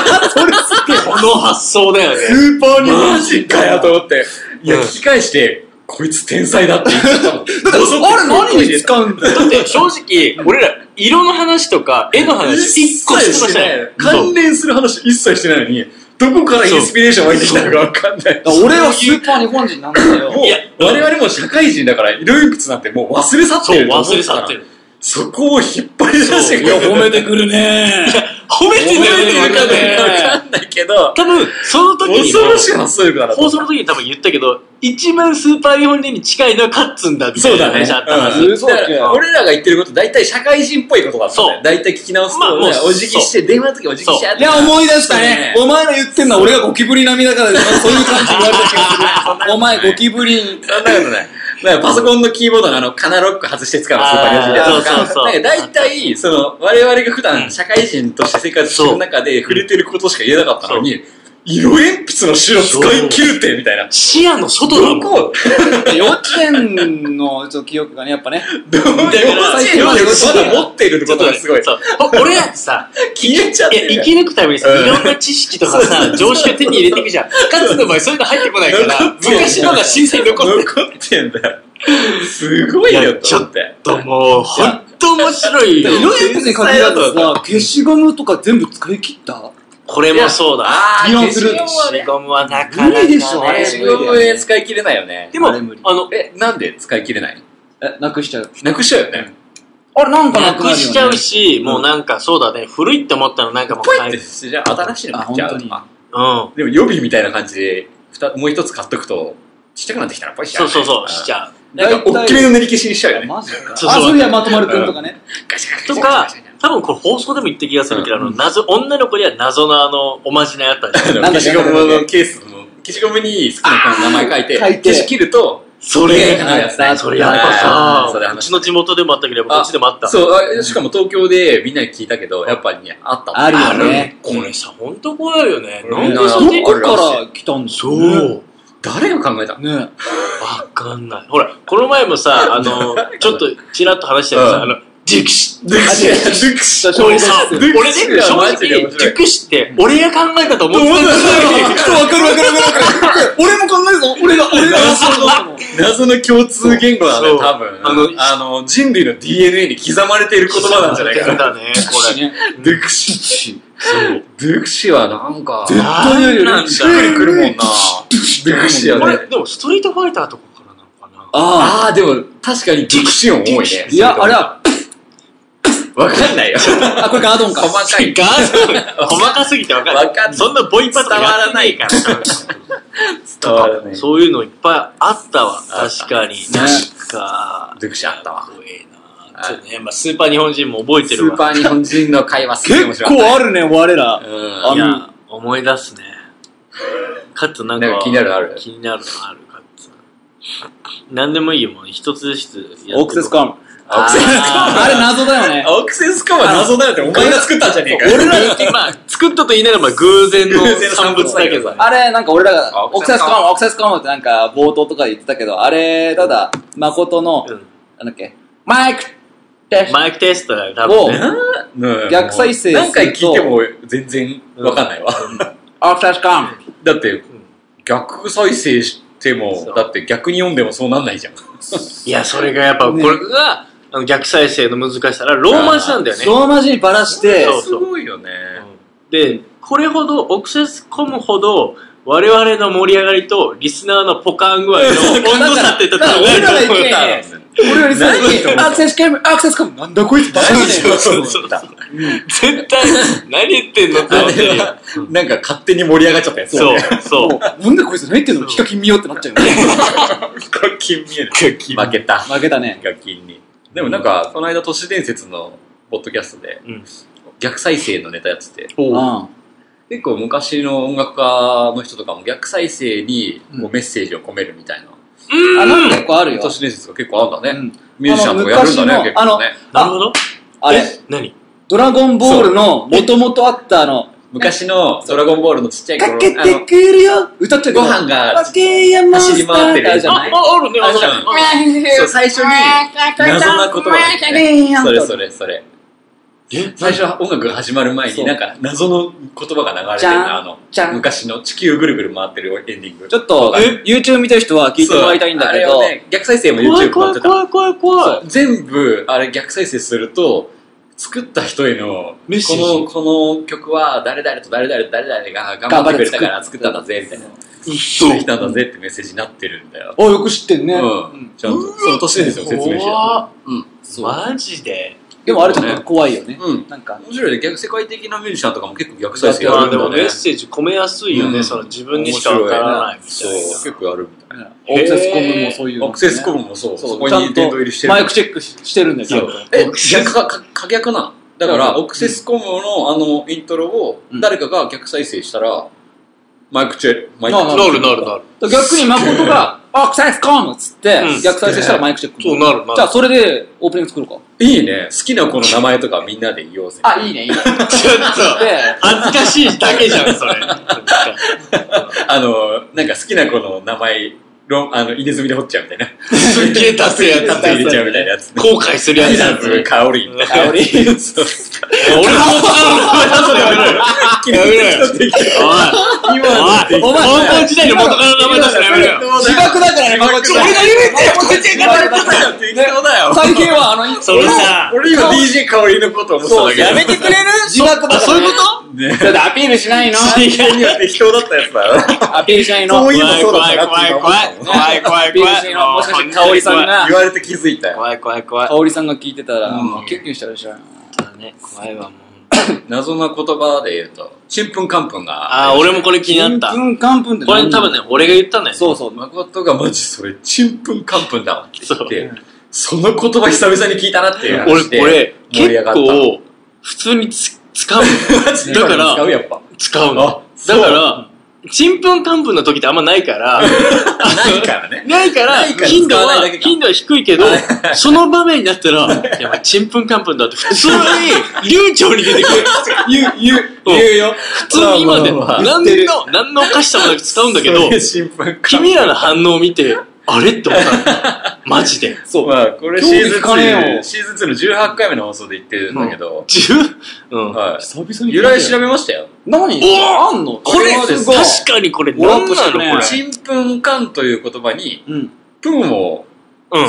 この発想だよスね。ーパー日本人かよと思って、いや、うん聞き返して、こいつ天才だって言っちゃったもん。あれ何に使うんだよ。だって正直、俺ら、色の話とか、絵の話、一個しかしてない。関連する話一切してないのに、どこからインスピレーション湧いてきたのかわかんない。俺はスーパー日本人なんだよ。もういや、我々も社会人だから、色鉛筆なんてもう忘れ去っそう、てると思忘れ去ってる。そこを引っ張り出してくる。くるね褒めて褒めるてよるね、かわどうかかわかね。んないけど、多分、その時に恐もろしい発想力だなと思放った送の時に多分言ったけど、一番スーパー日本人に近いのはカッツンだみたいな話あったはず。うんだから俺らが言ってること、大体社会人っぽいことだったんだそよ。大体聞き直すまあと、もうねお辞儀して、電話の時お辞儀しちゃっいや、思い出したね。そうお前の言ってんのは俺がゴキブリ並みだから、そういう感じ言われた気がする。お前ゴキブリ。そんなことない。だからパソコンのキーボードのあの、カナロック外して使うのスーパーニョジだとか、あーそうそうそうなんか大体、その、我々が普段社会人として生活してる中で触れてることしか言えなかったのに、色鉛筆の白使い切るて、みたいな。視野の外だどもん。こ幼稚園のちょっと記憶がね、やっぱね。どう幼稚園まで持っているってことがすごい。そう俺らってさ、消えちゃっいやてる生やん。き抜くためにさ、うんいろんな知識とかさ、常識を手に入れていくじゃん。カツの場合、そういうの入ってこないから、昔のが新鮮に残ってる残ってんだよ。すごいいよ、やと思って。と、もう、ほんと面白いよ。色鉛筆に限らずさ、消しゴムとか全部使い切ったこれもそうだ。あ議論する消しゴムはね消しゴムはなかなか、ね。無理でしょあれ消しゴムは使い切れないよね。でも、ああれ無理の、え、なんで使い切れないえ、なくしちゃう。なくしちゃうよね。あれ、なんかななくくなるよ、ね。しちゃうし、もうなんかそうだね、古いって思ったのなんかもうポイ買っえてる。して、じゃあ新しいの買っちゃうとあか。うん。でも予備みたいな感じで、ふたもう一つ買っとくと、ちっちゃくなってきたら、ポイしちゃそうう。そうそう、しちゃう。なんか、おっきめの練り消しにしちゃうよね。マジか。あ、そうそうそういや、まとまるくんとかね。ガシャガシャガとシャガかシャガシャ、多分これ放送でも言った気がするけど、あの、謎、女の子には謎のあの、おまじないあったじゃん。あのなんだ消しゴムのケースの、消しゴムに好きな子の名前書いて、あー書いて消し切ると、それそれやっぱあーそれさ、話うちの地元でもあったけど、やっぱこっちでもあった。そう、あしかも東京でみんなに聞いたけど、やっぱりね、あったあるよね。これさ、ほんと怖いよね。こなれんねでどそうんこから来たんだそろね。う。誰が考えたのねわかんない。ほら、この前 もさ、あの、ちょっとちらっと話したけどうんさ、あの、熟し、ルクシ 違うルクシ俺さ、ル俺クシね、ルク正シマジで面直、白い熟しって、俺が考えたと思ってたちょっとわかるわかるわかる。俺も考えるぞ。俺が、俺がやったんだと思う。謎の共通言語だね、そう多分。ああの、人類の DNA に刻まれている言葉なんじゃないかな。だね、これ。ね。ルクシ。ルクシはなんか、絶対やるよなねん。しっくりくるもんな。ルクシはこねれ、。でも、ストリートファイターとかからなのかな。あああ、でも確かに熟し音多いね。あ。いや、あれは、わかんないよ。あ、これガードン か。細かい。ガード、細かすぎてわかんない。わかんないそんなボイパとかやってないから。伝わらない。そういうのいっぱいあったわ。あった確かに。なんか、熟しあったわ。怖えな。ちょっとね、まあ、スーパー日本人も覚えてスるわー。パー日本人の会話すげえ面結白かっ構あるね、我らた。。うん。あいのや、思い出すね。カッツなんかなんか気になるのある気になるのある、カッツ。何でもいいよ、もう一つずつやってオークセスカム。あーあれ謎だよね。アクセスカは謎だよって、お前が作ったんじゃねえかよ。俺らって今、作ったと言いながらば偶然の偶然の産産物物だけどだけどああれ、なんか俺らあが、オオククセセススカムカム、オクセスカムってなんか冒頭とかで言ってたけど、あれ、ただ、誠の、うんなんだっけ、マイクって、マイクテストだよ、多を分、ね。逆再生すると何回聞いても全然わかんないわ。オクセスカム。だって、逆再生してもそ、うだって逆に読んでもそうなんないじゃん。いや、それがやっぱ、こねれが、あの逆再生の難しさら、ローマ字なんだよね。ローマ字にばらして、そうすごいよね。で、これほど、オクセスコムほど、我々の盛り上がりと、リスナーのポカン具合 の温度差って言ったら、俺らがないけいね俺よりさアクセスカム、アクセスカム、なんだこいつバカじゃねえそうそうよそう。絶対、何言ってんのって思あってれるよ。は、なんか勝手に盛り上がっちゃったやつ。そうヒ、そう。もうなんだこいつ何言ってんのヒカキン見ようってなっちゃうよね。 カキン見える。負けた。負けたねヒ。カキンに。でもなんか、この間都市伝説のポッドキャストでうん、逆再生のネタやってて、うん。結構昔の音楽家の人とかも逆再生にこうメッセージを込めるみたいな、あ、なんか結構あるよ都。市伝説が結構あるんだね、うんミュージシャンとかやるんだね結あの構ねなるほど。あれ、え何ドラゴンボールの元々あったあの、昔の「ドラゴンボール」のちっちゃい頃かけあてのくるよ歌っちゃうご飯が負け山走り回ってるやつじゃないあ、あるね、ああるるじねゃん。そう最初に謎な言葉だったよねそれそれそれ最初は音楽が始まる前そにうなんか謎の言葉が流れてじるゃのんあのじゃん昔の地球ぐるぐる回ってるエンディングちょっと、YouTube 見てる人は聞いてもらいたいんだけそうどあ、れをね逆再生も怖 YouTube もいや怖っいてた怖い怖い怖い。全部あれ逆再生すると作った人へのメッセージこのこの曲は誰々と誰々と誰々が頑張ってくれたから作ったんだぜみたいな作ってきたんだぜってメッセージになってるんだよ、あ、よく知ってんね。うんちゃんとその年ですよ説明して怖っうんそうマジで。でもあれちょっと怖いよね。うんなんか、面白いね逆世界的なミュージシャンとかも結構逆再生やまるあんでもだメねッセージ込めやすいようんね、その自分にしかわからないみそたうい結な。構やるみたいオクセスコムもそういうのね、なアクセスコムもそうそそうこちゃにんと殿堂入りしてるマイクチェックししてるんだそよ、うちゃんと。え、逆か、か可逆なのだから、オクセスコムのあの、イントロをう、ん誰かが逆再生したら、マイクチェ、マイなクあなるなるなる。だから逆に誠が、あ、クサイスコンっつってうん、逆再生したらマイクチェック。そうなるなるじゃあ、それでオープニング作るか。いいね。好きな子の名前とかみんなで言おうぜ。あ、いいね、いいね。ちょっと、で、恥ずかしいだけじゃん、それ。あの、なんか好きな子の名前、ロン、あの、入れ墨で掘っちゃうみたいな。すっげえ達成やつ入れちゃうみたいなやつ。後悔するやつだすごい香り。香り。俺の元カノの名前出すのやめろよ。やめろよ。おい、お前、高校時代の元カノの名前出すのやめろよ。自爆だからね、マイクチェック。の夢って、こっ 最近は、あの、それさ、俺今 DJ 香りのこと思ってたんだけど。やめてくれる自爆だから。そういうことね。ちょっとアピールしないのいや適当だったやつだ よ。アピールしないのそう怖いうのいそうだっ怖たいな怖い怖い。怖い怖い怖い。 BGC のもしかして香織さんが、言われて気づいたよ。怖い怖い怖い。香織さんが聞いてたら、うんもうキュンキュンしたらしいない怖いわ、もう。謎な言葉で言うと、ちんぷんかんぷんが。あー、俺もこれ気になったキ。ンカンプンってこれ多分ね、俺が言ったんだよね。そうそう。誠がマジそれ、ちんぷんかんぷんだわって言って、その言葉久々に聞いたなっていう俺、話こでれ、盛り結上がった。構、普通につ使うの。マジでだから使うやっぱ。使うあの。だから、ちんぷんかんぷんの時ってあんまないから、ないからね。ないから、ないから頻度使わないはだけ、か頻度は低いけど、その場面になったら、いや、まあちんぷんかんぷんだって、普通に、流暢に出てくる。 言う、言う、うん言うよ。普通に今で、まあまあまあ何の、何のおかしさもなく伝うんだけどそ、れちんぷんかんぷん君らの反応を見て、あれって思ったんだマジで。そう。まあ、これシーズン興味関連2、をシーズン2の18回目の放送で言ってるんだけど、十うん。はい。久々に聞いたよ由来調べましたよ。何おあんのこれ、そうです確かかにこれ、オラ何ッとしなてのこるねれ。ちんぷんかんという言葉に、うん。ぷんをうん。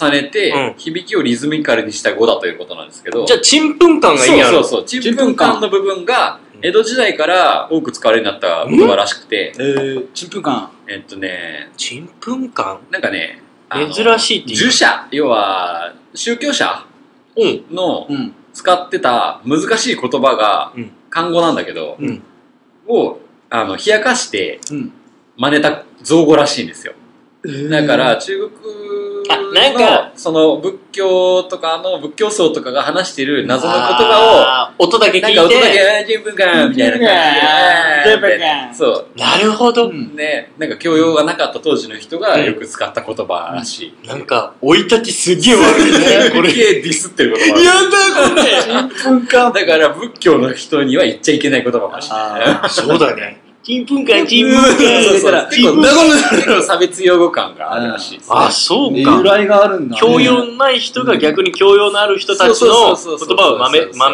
重ねて、うん響きをリズミカルにした語だということなんですけど、じゃあ、ちんぷん感がいいやそろうそう。そう、ちんぷんかんの部分がう、ん江戸時代から多く使われるようになった言葉らしくて、えー、チンプンカン。えっとね、ちんぷん感なんかね、珍しいってい。言儒う者、要は、宗教者うん。のうん。使ってた難しい言葉がうん、漢語なんだけど、うんを、あの、冷やかしてうん。真似た造語らしいんですよ。だから、中国あなんかの、その仏教とかの仏教僧とかが話してる謎の言葉を、あー音だけ聞なんいか音だけ、て、あー人文か、みたいな感じであー人文かそう。なるほど。ね、なんか教養がなかった当時の人がよく使った言葉らしい。なんか、生い立ちすげえ悪い ね、 これ。やディスってる言葉。だ、こだから仏教の人には言っちゃいけない言葉かもしれ ない。れ。そうだね。ちんぷんか ん、ちんぷんかそん。うそうそうち結ん構、ぷん名かん古屋の差別用語感があるらしいですね。あ、そう由か。来があるんだ、ね。教養のない人が逆に教養のある人たちのそうそうそうそう言葉をまめ、ま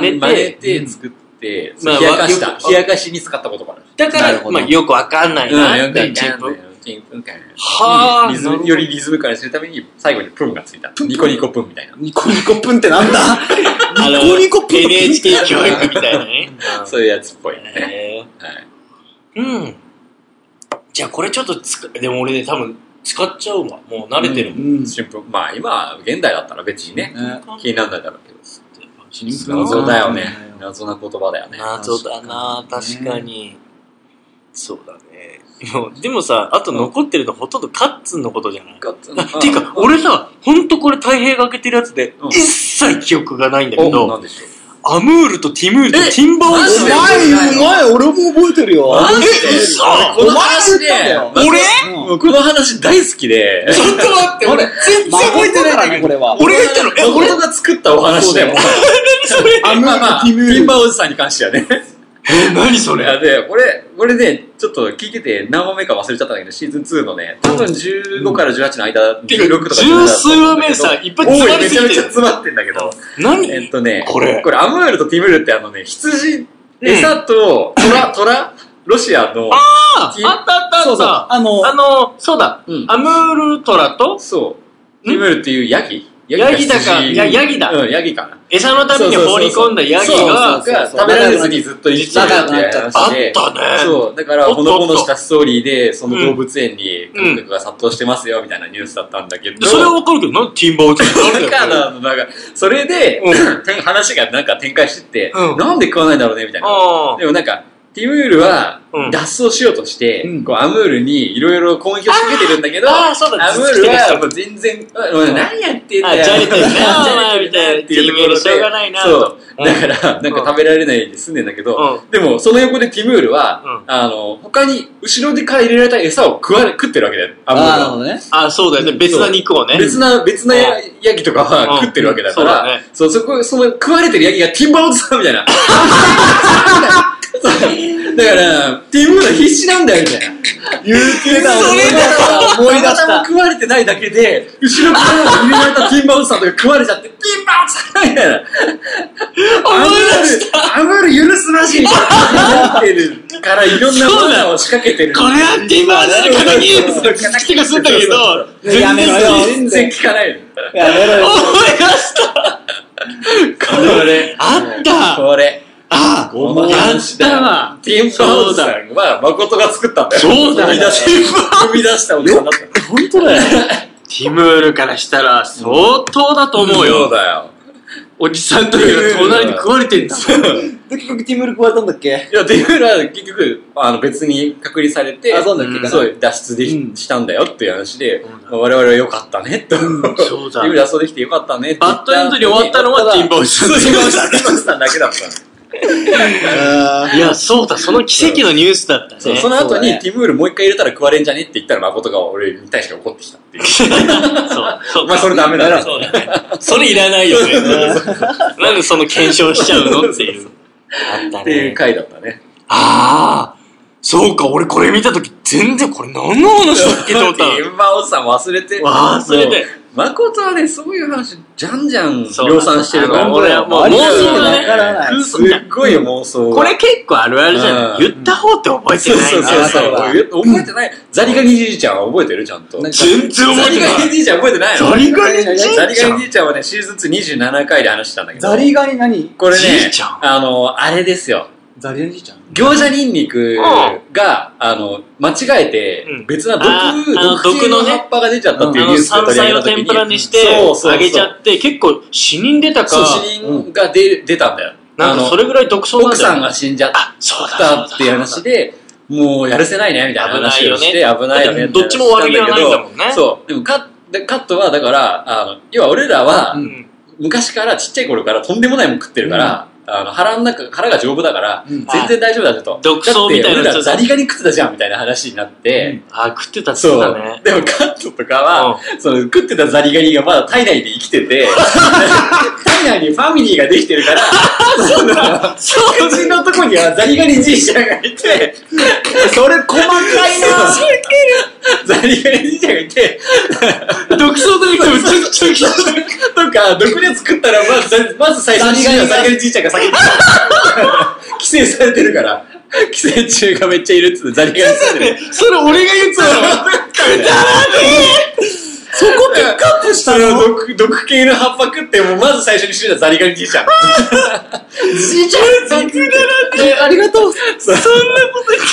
め、真似て、作って、まあ冷やかしたよ。く冷やかしに使った言葉なんです。だかなるら、ほどまあ、よくわかんないなって、ちんぷん。チンプンかよはリズムあ、よりリズムからするために最後にプンがついた。ニコニコプンみたいな。ニコニコプンってなんだあの、NHK 教育みたいなね。そういうやつっぽいね。へーはいうん。じゃあこれちょっとつでも俺ね、多分使っちゃうわ。もう慣れてるもん。うん。チンプンまあ今、現代だったら別にね、ね気にならないだろうけど。チンプンカ謎ンだよね。謎な言葉だよね。謎だな確かに。そうだね。もうでもさ、あと残ってるのほとんどカッツンのことじゃないていうか、俺さ、ほんとこれ太平がけてるやつでうん、一切記憶がないんだけお、など、んでしょう。アムールとティムールとティンバオンお前、お前、俺も覚えてるよ。マジでえ、嘘このお前話ね言ったんだよ俺うんこの話大好きで、ちょっと待って、俺、全然孫覚えてなだかいらんだね、けど。これ は。俺が言ったの、え、俺、俺が作ったお話だよ。 それ、あまあまあ、ティムールピンバーおじさんに関してはね。 え、何そいれやで、これ、これね、ちょっと聞いてて何話目か忘れちゃったんだけど、シーズン2のね、多分15から18の間、てか16とか17十数話目さ、いっぱい詰多まい、りめすちゃぎめちてゃる。詰まってんだけど、何えっとね、これこれアムールとティムールってあのね、羊、ん餌と、虎、虎、ロシアの、ああったあったあった。そうそう。あの、あの、そうだ、うんアムールトラとそう、ティムールっていうヤギヤギだか羊やヤギだうん、ヤギかな。餌のために放り込んだヤギが、そうが食べられずにずっと生きてるっていうあ話でったね。そう、だから、ほのぼのしたストーリーで、その動物園にうん観客が殺到してますよ、みたいなニュースだったんだけど。でそれはわかるけど、なんでティンバーウッドだから、なんか、それで、う話がなんか展開してってうん、なんで食わないんだろうね、みたいな。ああ。でもなんか、ティムールはうん脱走しようとして、うんこうアムールにいろいろ攻撃を仕掛けてるんだけど、あーそうだアムールはもう全 然、おい何やってんだよ。あじゃれてるなじゃれてるっていうところでティムールしょうがないなそう。うんだから、なんか食べられないで済んでんだけど、うでもその横でティムールは、うんあの、他に後ろでから入れられた餌を食われ食ってるわけだよ、アムールああ、なるはほ。どね。あ、そうだよね。別な肉をね。別な、別なやヤギとかうんは食ってるわけだかうんそうだらね、そう、そこ、その食われてるヤギがティンバーおじさんみたいな。 そうだから、ティムールは必死なんだよ、みたいな。言ってたそ思い出れだした。思い出たしまたまた。食われてないだけで、後ろから入れられたティンバーおじさんとか食われちゃって、ティンバーおじさんみたいな。思い出ししたアムール許すまじみたいな。なってるから、いろんなものを仕掛けてる。これはティンバーズの確認とか口とかすんだけど、やめろよ。全然聞かないの。やめろよ。思い出したこれ。あったこれ。あお前やったわティンパウさんは誠が作ったんだよ。そうだ生みよ出した。生み出したおじさんだった。本当だよ。ティムールからしたら相当だと思うそうよ。だよ。おじさんという隣に食われてんだもん。結局ティムル食われたんだっけいや、ディムラは結局、あの別に隔離されて、あそうだっけかなそう脱出できうんしたんだよっていう話で、んまあ我々は良かったねと。そうだディムラそうできて良かったねって言バッった後。ドエンドに終わったのはティンバーおじさんだそうティンパウさんティンパウさんだけだったの。いや、そうだ、その奇跡のニュースだったそうねそ。の後そうだにねティムールもう一回入れたら食われんじゃねって言ったら誠が俺に対して怒ってきたっていう。そう、そうお 前それダメだな。そうだね。それいらないよね。なんでその検証しちゃうのっていう。あったっていうね。回だったね。ああ、そうか、俺これ見たとき全然これ何の話だっけと思った の。現場おじさん忘れて。忘れて。誠はね、そういう話、じゃんじゃんそう量産してるかあら。の俺はもう妄想だわからねな。い空す想じゃんっごいよ妄想が。これ結構あるあるじゃん。うん言った方って覚えてそうないそんうだそうそう。よな覚んえてない。ザリガニじいちゃんは覚えてるちゃんと。なんか全然覚ザえリてなガニい。じいちゃん覚えてないのザリガニじいちザゃんリガニじいちゃんはね、シーズン27回で話したんだけど。ザリガニ何これじねいちゃ、んあの、あれですよ。ザリガニじいちゃん餃子ニンニクが、あの、間違えうてん、別なあー毒、あの毒系毒ののね葉っぱが出ちゃったっていあうニューの、スを山取り上げた菜を時に天ぷらにしてそうそうそう揚げちゃって、結構死人出たかそう、、死人が出る出たんだよ。なんあのかそれぐらい独走なん奥だよ。さんが死んじゃっそうだたっていう話で、もうやるせないね、みたいな話をして、危ないよね。だってどっちも悪気はないんだもんねそう。でもカッ、でカットは、だから、あの、要は俺らはう、ん昔から、ちっちゃい頃からとんでもないもん食ってるから、あの、腹の中、腹が丈夫だから、うん全然大丈夫だぜと。独走みたいなだって俺らザリガニ食ってたじゃん、みたいな話になって、あ、食ってた、食そってうたね。でもカットとかは、その食ってたザリガニがまだ体内で生きてて、体内にファミリーができてるから、その、口のとこにはザリガニじいちゃんがいて、それ細かいなザリガニじいちゃんがいて、独走の肉めちゃくちゃ来た。とか、毒で作ったらまず、まず最初にザリガニザがリガニじいちゃんが先に。寄生されてるから、寄生虫がめっちゃいるっつってザリガニつってる。それ俺が言ってたの。そこピックアップしたの毒毒系の葉っぱ食って、もうまず最初に死んだザリガニじいちゃ ん。じいちゃん、ありがとうそんなこ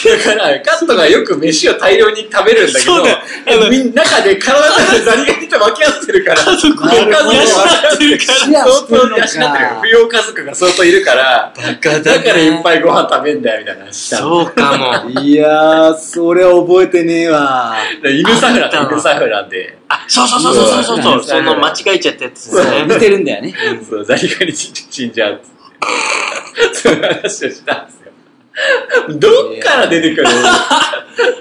とだから、カットがよく飯を大量に食べるんだけそうだよあど、のみん中で体の中でザリガニと分け合ってるから、家族が家族を分け合ってるから、シェア相してる当養のかってるから、不要家族が相当いるから、だからいっぱいご飯食べんだよ、みたいな話したの。そうかも。いやー、それは覚えてねえわ。だから犬サフラあったン、わ犬サフランで、あ、そうそうそうそうそうそう。その間違えちゃったやつですね。似てるんだよね。そうザリガニ死んじゃうっつって。そういう話をしたんですよ。どっから出 てくる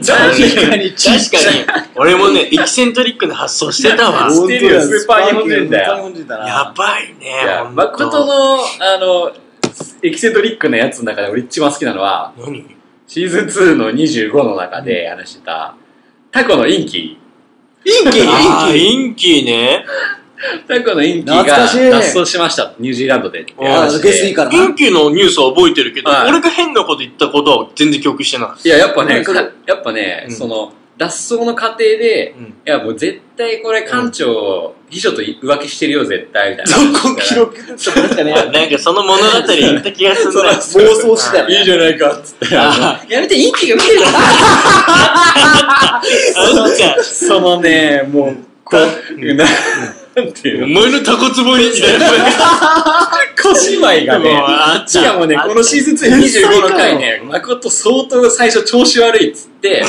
ザリガニに確かに。俺もね、エキセントリックな発想してたわ。知ってるよスーパー日本人だよスーパー日本人だな。やばいいねや、。誠の。の、あの、エキセトリックなやつの中で俺一番好きなのは、何シーズン2の25の中で話してた、タコのインキ陰気あー陰気インキーね。タコのインキが懐かしい脱走しました、ニュージーランドでってあ話ー、で下水からイなン。キーのニュースは覚えてるけど、はい俺が変なこと言ったことは全然記憶してないや、やっぱね、うんそれかやっぱね、うんその、脱走の過程でい。、うん。いや、もう絶対これ館長、秘書と浮気してるよ、絶対、みたいな。くちょっとなんかね、 なんかその物語言った気がするんだよ。妄想してたよいいね。じゃないか、つって。あのやめて、インキが見てるあ、そっか。そのね、もう、こう、な、なんていうおの前のタコツボに、みたいな。小芝居がねもうあ、しかもね、このシーズン225の回ね、誠相当最初調子悪いっつ って、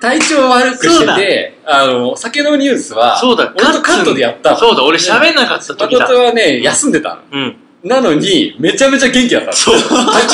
体調悪くしてて、あの、酒のニュースは、そうだ、俺とカットでやったの。そうだ、俺喋んなかった時だ。誠はね、休んでたの。うん。なのに、めちゃめちゃ元気だったの。そう。途中から、と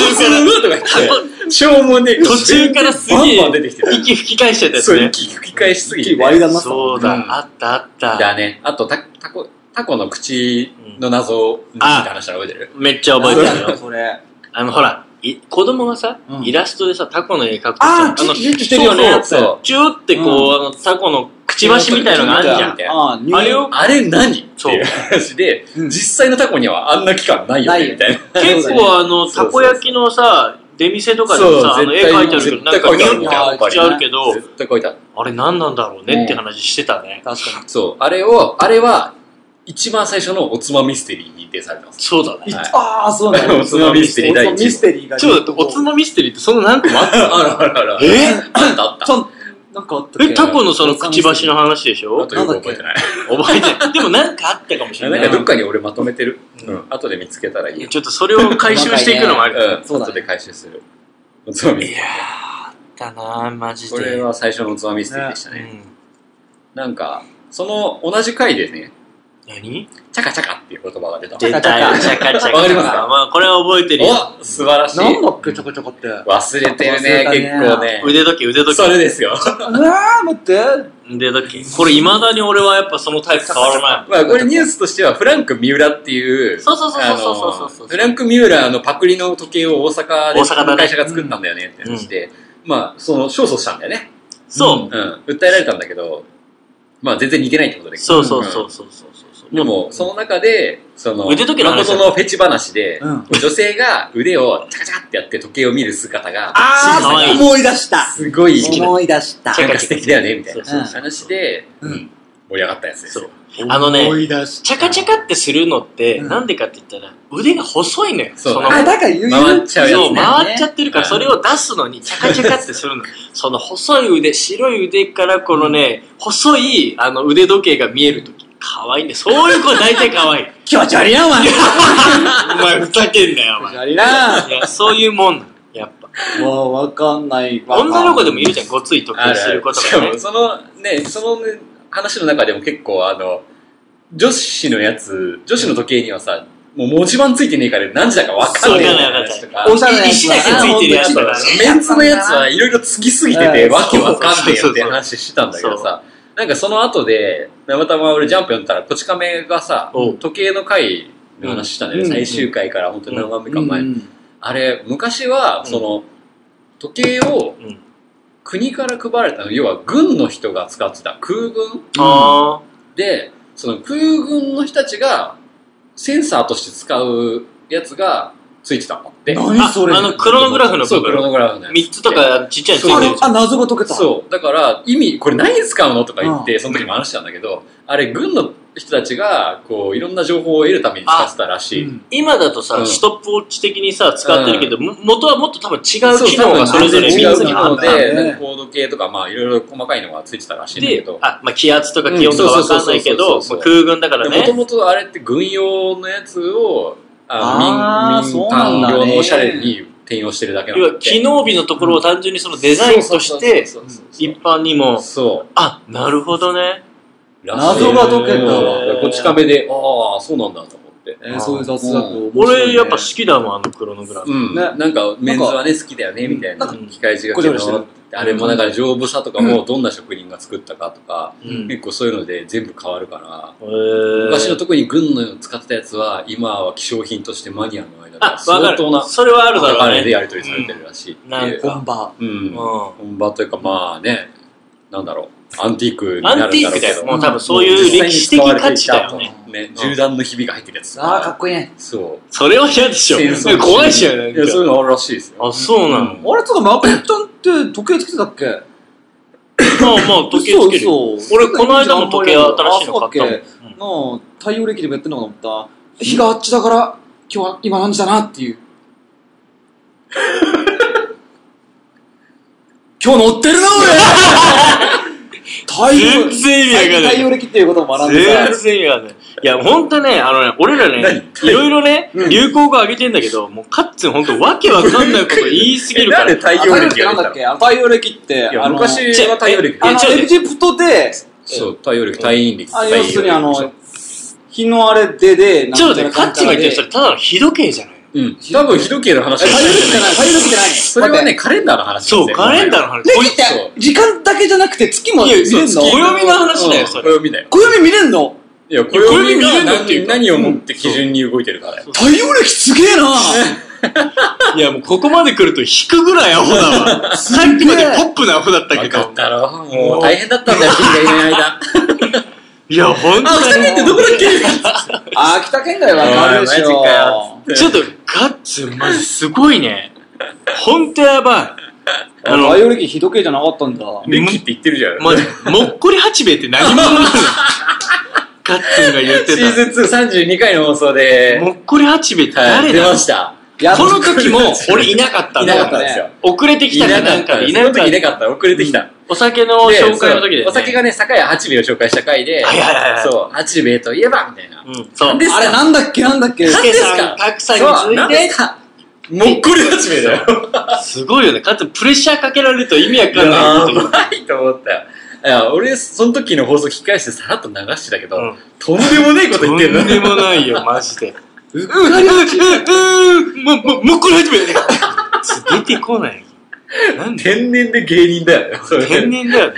か言って、消耗で、途中からすげえバンバン出てきてた。息吹き返しちゃったやつそう、ね。息吹き返しすぎて息。ワイダになった。そううんだ、あったあった。だね。あと、た、タコ、タコの口の謎について話したら覚えてるめっちゃ覚えてなんるだよ。それ。あの、ほら、い子供がさう、んイラストでさ、タコの絵描くとあさ、ーの、キュッキュッしてるよねそうそうチューってこう、あの、タコのくちばしみたいのがあるじゃん。てああ、ニューあれをあれ何ってそういう話で、うん実際のタコにはあんな期間ないよないね、よみたいな。結構あそうその、たうそうこ焼きのさ、出店とかでもさ、あの絵描いてあるけど、なん絶か対書いニてあュるッみてたいな、やっぱり口あるけど、絶対書いてある。あれ何なんだろうねって話してたね。確かに。そう、あれを、あれは、一番最初のおつまミステリーに認定されてます。そうだね。はいああ、そうなんだ。おつまミステリー第一ミステリーが。ちょっと、おつまみステリーってその何個もあったあ らあらあら。えなんかあったち。ょっとなんかあったっえ、けタコのそのくちばしの話でしあょとよく覚えてない。覚えてないでもなんかあったかもしれななんかどっい。かに俺まとめてる。うん。後で見つけたらいいよ。ちょっとそれを回収していくのもありだうん。そうだ後ねで回収する。おつまみい。やー、あったなー、マジで。これは最初のおつまみステリーでしたうね。ん。なんか、その同じ回でね、何チャカチャカっていう言葉が出た。出出たたよよ、チャカチャカ。わかりますかまあ、これは覚えてるよ。お素晴らしい。なんだっけ、ちょこちょこって。うわ忘れてる忘れねた、ね結構ね。腕時計、腕時それ計。ですよ。ー、待って。腕時計。これ、未だに俺はやっぱそのタイプ変わらない。まあ、これニュースとしては、フランク・三浦っていう、そうそうそうあそうそうそうそのう。フランク・ミューラーのパクリの時計を大阪で、大阪だね会社が作ったんだよねって話で、まあ、その、勝訴したんだよね。そうう。ん。訴えられたんだけど、まあ、全然似てないってことで。そうそうそうそうそうそうう。ん。でも、その中で、その、腕時計の話だ誠のフェチ話で、うん女性が腕をチャカチャカってやって時計を見る姿が、ー可あ愛あ、い思い出した。すごい、思い出した。なんか素敵だよね、みたいなそうそうそう話で、うん盛り上がったやつですよ。あのね思い出した。チャカチャカってするのって、うんなんでかって言ったら、腕が細いのよ。そうその、あ、だから言う回っちゃうやつねそう、回っちゃっってるから、うんそれを出すのに、チャカチャカってす るの。その細い腕、白い腕から、このね、細い、あの、腕時計が見えるとき。可愛いね。そういう子大体 可愛い。気持ち悪いな、お前。気お前、ふざけんなよ、お持ち前。悪いな。いや、そういうもんなのやっぱ。わあ、わかんない。女の子でもいるじゃん、ごつい時計することしかがねも、。その、ね、その、ね、話の中でも結構、あの、女子のやつ、女子の時計にはさ、もう文字盤ついてねえから何時だか分かんねえそうわかんない話とおしゃれなやつ石だけついてるやつとかね。メンツのやつはいろいろつきすぎてて、うんわけわかんねえよそうそうそうそうって話してたんだけどさ、なんかその後で、たまたま俺ジャンプ読んだら、こち亀がさおう、時計の回の話したんだよね、うん最終回から本当に何番目か前。うんあれ、昔は、その、時計をうん国から配られたの、要は軍の人が使ってた空軍あで、その空軍の人たちがセンサーとして使うやつがついてたんだって。ー何それあ、あの、クロノグラフのそ部う、クロ分。ノグラフのやつ3つとかちっちゃいのつそいうてあるのあ、謎が解けた。そう。だから、意味、これ何に使うのとか言って、その時も話したんだけど、あれ、軍の人たちが、こう、いろんな情報を得るために使ってたらしい。うん今だとさ、うんストップウォッチ的にさ、使ってるけど、も元はもっと多分違う機そう、能がそれぞ多れ分3違つうに機あ能ったんだで、よねなんかコード系とか、まあ、いろいろ細かいのがついてたらしいんだけでど、。あ、まあ、気圧とか気温とかわかんないけうど、んそうそうそうそうもう空軍だからもとね。もとあれって軍用のやつを、ああのー民そう民なんだ間ね用のおしゃれに転用してるだけな要んだは、って機能美のところを単純にそのデザインとして、そうそうそうそう一般にも、そあ、なるほどね。う。らしい謎が解けたわうんこっち壁で、ああ、そうなんだと思って。えーそういう雑学を。俺、やっぱ好きだもん、あのクロノグラフ。うん。ねなんか、メンズはね、好きだよね、みたいな。なんか機械字がごちゃごちゃしてるあれも、だから、丈夫さとかも、どんな職人が作ったかとか、うん。へ結構そういうので全部変わるから、ー昔の特に軍の使ってたやつは、今は希少品としてマニアの間であ、わ相かる当な。、それはあるだ高ろ値うでね。やり取りされてるらしいっていう。なんか本場。うん。うん。本場というか、まあね、なんだろう、アンティークになアるんだろンうテけど。ィークだよ。もう多分そういう歴史的価値だよね。ね、銃弾のひびが入ってるやつ。ああ、かっこいいね。そう。それは嫌でしょ戦争。怖いしよねい。や、そういうのあるらしいですよ。あ、そうなの。あれ、つうか、マコッタンって時計つけてたっけまあまあ、時計つけるよ。嘘嘘俺、この間も時計新しいの買あそうだっっけなあ、太陽暦でもやってんのかと思った。日があっちだから、今日は、今何時だなっていう。 今日乗ってるな、俺太全陽然意味わかんない太陽暦っていうことを学んでさ全然意味わかんない。いや、ほんとね、あのね、俺らね、いろいろね、流行語上げてんだけど、もうカッツンほんとわけわかん ないこと言いすぎるから。なんで太陽暦ながん出だたっのけあの太陽暦って、いやあの、昔は太陽暦あの、いや違う違うエジプトで、そう、太陽暦、太陰暦。あ太要陽暦するにあの、日のあれでで、ちょっとねね、カッツンが言ってる人ただの日時計じゃないうん。多分、日時計の話太陽暦じゃない、太陽暦じゃない。それはね、、カレンダーの話そう、カレンダーの話。暦って、時間だけじゃなくて月も見いやれんのそう暦の話だよ、それ。暦だよ。暦見れんのいや、暦が何何をもって基準に動いてるかだよ。太陽暦すげえないや、もうここまで来ると引くぐらいアホだ わ。さっきまでポップなアホだった分けかっど。たろもう大変だったんだよ、君がいな い間。いや、ほんとに。どこだっけあ、秋田県外は変わるでしおいマジかょよ。 ちょっと、カッツン、マジすごいね。ほんとやばい。あの太、陽暦日時計じゃなかったんだ。歴って言ってるじゃん。まジ、もっこり八兵衛って何者 なのカッツンが言ってシーた。ズン232回の放送で、もっこり八兵衛ってはい、誰出だました。やっことの 時も俺いなかったんいだなよかったんですよ。遅れてきたかなんかでいいななかっ。そのかった時いなかった。遅れてきた。お酒ので紹介の時で、ね。そうお酒がね、酒屋八兵衛を紹介した回で、はいはいはいはいそう、八兵衛といえば、みたいな。うん、そう。ですあれなんだっけなんだっけスケ何ですさん、かカクさんにそう、なん続いでて。すかもっこり八兵衛だよ。すごいよね。かつプレッシャーかけられると意味わかんないことやばいと思ったよ。いや、俺、その時の放送聞き返してさらっと流してたけど、うんとんでもねえこと言ってるとんでな。もない よ、マジで。う、う、う、う、う、も、も、もっこり始めて。出てこない。なんで天然で芸人だよね。それ天然だよね。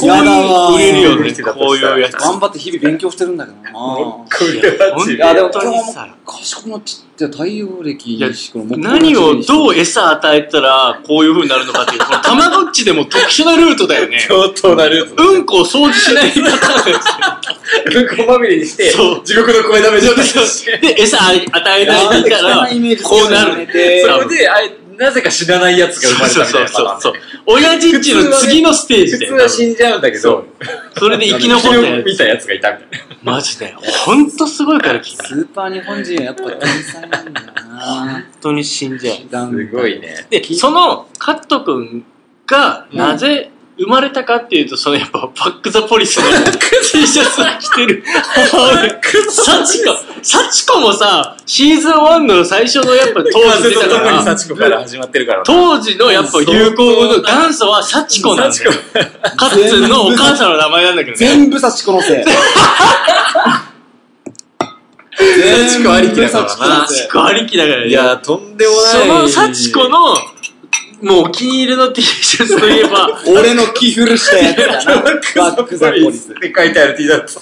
こうやだわいう売れるよね、こういうやつ。頑張って日々勉強してるんだけどな。これは違ういや、でも本今当に日さも賢くなっちゃって、太陽暦いいし、この木何をどうう餌与えたらこういう風になるのかっていう、このたまごっちでも特殊なルートだよ ね。相当なルート。うんこを掃除しないパターンうんこまみれにして、そう地獄の声だめ状態ですよで、餌与えないかいやらーイメージ、こうなる。でそれで、あれ、なぜか死なないやつが生まれたそうみたそいうなパターそンうそだうよ。。親父っちの次のステージ普で。通は死んじゃうんだけど、それで生き残ったや見つ。たやつがいたみたいな。マジで。ほんとすごいから、ス本ーパー日本人はやっぱ天才なんだよな。当に死んじゃう。すすごい。ね。で、その、カット君が、なぜ、生まれたかっていうと、そのやっぱ、バックザポリスの T シャツを着てる母親。サチコ、サチコもさ、シーズン1の最初のやっぱ当時出た特にから、幸子から始まってるから。当時のやっぱ流行語の元祖はサチコなんだよ。カッツンのお母さんの名前なんだけどね。全部差しこのせい。幸子ありきだか幸子らあなサ。チコありきだからねいや、とんでもない。そのサチコの、もうお気に入りの T シャツといえば、俺の着古したやつだな。バックザポリス。って書いてある T シャツ。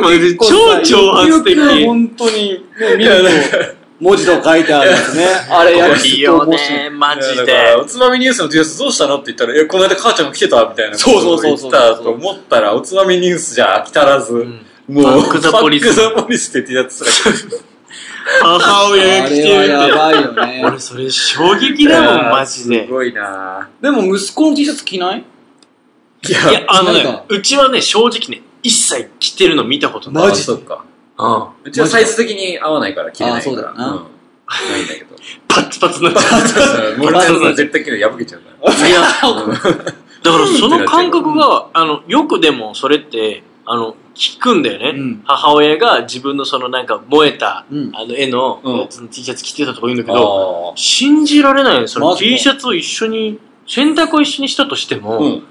もう超挑発的。よく本当に、ね、見ると、文字と書いてあるんですね。あれやりすいいぎとよ面白い。ね、マジだかでら。おつまみニュースの T シャツどうしたのって言ったら、え、この間母ちゃんが来てたみたいな。そうそうそうそう言ったと思ったら、おつまみニュースじゃ飽き足らず、んもう、バックザポリスバックザポリスって T シャツすら着てる母親あが来れてはるやって。ばいよね。 俺、それ衝撃だもん、マジで。すごいなでも息子の T シャツ着ないぁ。いや、あのなんかね、うちはね、正直ね、一切着てるの見たことない。マジそっか。うん。うちはサイズ的に合わないから着れないから。あそうだよなうんないんだけど。パツパツな。いや、もうちょっと絶対着ない破けちゃうから。だからその感覚が、あの、よくでもそれって、あの、聞くんだよね。うん母親が自分のそのなんか燃えた、うんあの絵のうんやつの T シャツ着てたとか言うんだけど、あ信じられないよそのマジか T シャツを一緒に、洗濯を一緒にしたとしても、ーうん。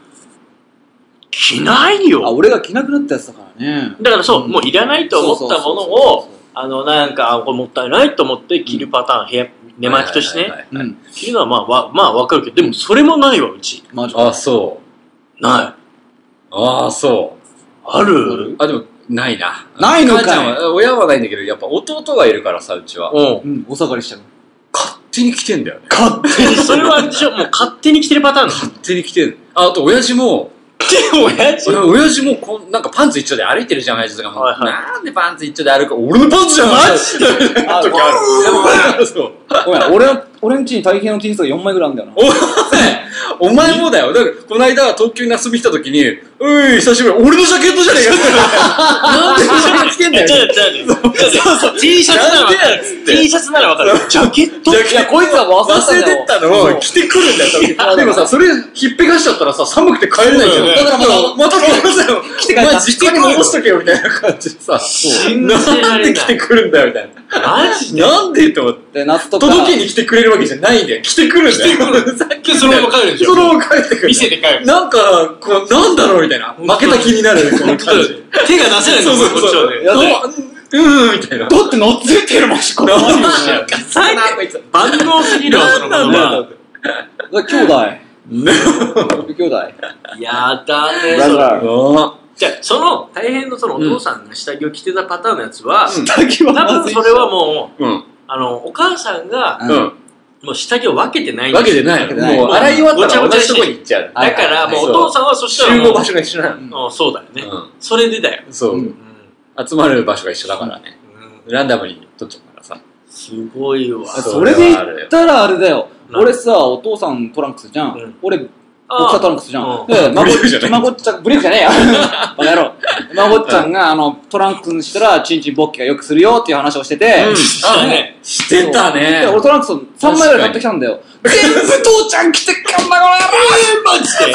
着ないあ、よ。俺が着なくなったやつだからね。だからそう、うんもういらないと思ったものを、あの、なんか、あこれもったいないと思って着るパターン、部屋、寝巻きとしてはいね、はいそうはそうそう。ういん。着るのはまあ、わまあわかるけど、でもそれもないわ、うち。マジか。あ、そう。ない。ああ、そあるう。あ、でも、ないな。ないのかい母ちゃんは、親はないんだけど、やっぱ弟がいるからさ、うちは。うん。うん、お下がりしちゃう。勝手に来てんだよね。勝手えそれはあれでしょもう勝手に着てるパターンなの勝手に来てん。あ、あと、親父も、親父俺親父もこん、なんかパンツ一丁で歩いてるじゃん、親父とかも。はいはいなんでパンツ一丁で歩く俺のパンツじゃんマジで時ある。そう。ごめん、俺の俺んちに大変の T シャツが4枚ぐらいあるんだよな。お前お前もだよ。だから、この間、東京に遊びに来た時に、うい、久しぶり、俺のジャケットじゃねえかって。なんでジャケット着てんだえよ。ちジょっと待ってちょっと待ってそうそう T シャツならわかる。T シャツならわかる。ジャケットャケット、こいつは忘れれたよてったのを着てくるんだよ東京、でもさ、それ、ひっぺがしちゃったらさ、寒くて帰れないじゃん。そうだよねだからまた、また戻せよ。来て帰った実家に戻しとけよ、みたいな感じでさ、信じらなんでれな来いてくるんだよ、みたいな。マジでなんでって思って。で、夏とか。届けに来てくれるわけじゃないんだよ。来てくるんだよ。ふざけんなよそのまま帰るんでしそょのまま帰ってくる。店で帰る。なんか、こう、なんだろうみたいな。負けた気になる、この感じ。手が出せないんですそよ、うそうそうこっちはねどううん、みたいな。だって乗っついてるもん、しこなんだ最なんだこいつ万能すぎるわ、そのなん言だ葉。兄弟。兄弟。やだね。だそれから、じゃあその大変のそのお父さんが下着を着てたパターンのやつは、下着は多ま分ずいそれはもう、うん。あの、お母さんが、うもう下着を分けてないんん。でわすけよじゃなわいけの。じゃないもう、洗い終わったらごちゃごち同ゃじしてとこに行っちゃう。だから、もうお父さんはそしたら集もう、合場所が一緒なの。うんそうだよね、うんそれでだよ。そうう。集まる場所が一緒だからね。ランダムに取っちゃうからさ。すごいわ。あそれで言ったらあれだよ。なん俺さ、お父さんトランクスじゃうんん。俺、ボクサートランクスじゃうんん。で、まごブリーフじゃないまごっちゃん、ブリーフじゃねえよ。バカ野郎。まごっちゃんが、あの、トランクスにしたら、チンチン勃起がよくするよっていう話をしてて、あね。してたねで。俺トランクス3枚ぐらい買ってきたんだよ。全部父ちゃん着てっかんだから、マジで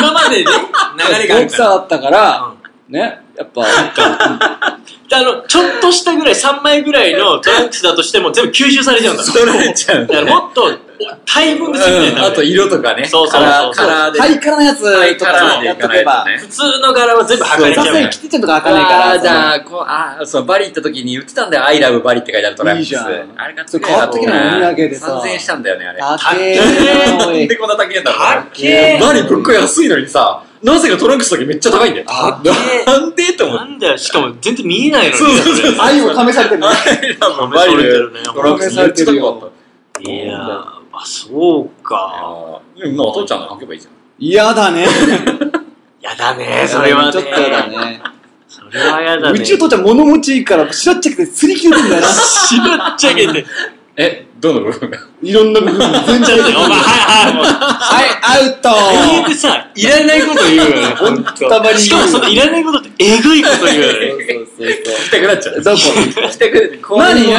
今 までね、流れがあボるかクサーら。だったから、ね、やっぱ、あの、ちょっとしたぐらい、3枚ぐらいのトランクスだとしても全部吸収されちゃうんだ取られちゃうんだだかね。らもっと、大分別みたいうんな。あと色とかね。そうそうそうそうカラーカラーで。ハイカラのやつとカラーかでやいっとかないけとば、ね。普通の柄は全部剥がれちさゃすうがかにら。着ててとか開かないかあら。ーじゃあ、こう、あーそう、バリ行った時に言ってたんだよ。アイラブバリって書いてあるトランクス。いいじゃんあれがそれ変わってきないお土産でさ3000円したんだよね、あれ。高えなおなんいでこんな高いんだろうな。けバリぶっこい安いのにさ、なぜかトランクスだけめっちゃ高いんだよ。高なんでと思っなて。んだよ、しかも全然見えないのに。そうそうそうそ愛を試されてるね。アイラブバリでトランクスめっちゃ高かった。れいやー、あ、そうか。あーでもまあお父ちゃんが履けばいいじゃん。嫌だね。やだね、それはね。ちょっと嫌だね。それはやだね。うちの父ちゃん物持ちいいから、しらっちゃくてすり切れてんだよな。しばっちゃけて。え、どの部分がいろんな部分全ちょっとお前、は、はいはいアウトい。永遠でさ、いらないこと言うよね、ほんと。たまに言うしかもそのいらないことって、えぐいこと言うよね。そうそう着たくなっちゃう。どこ着たくなっちゃう。何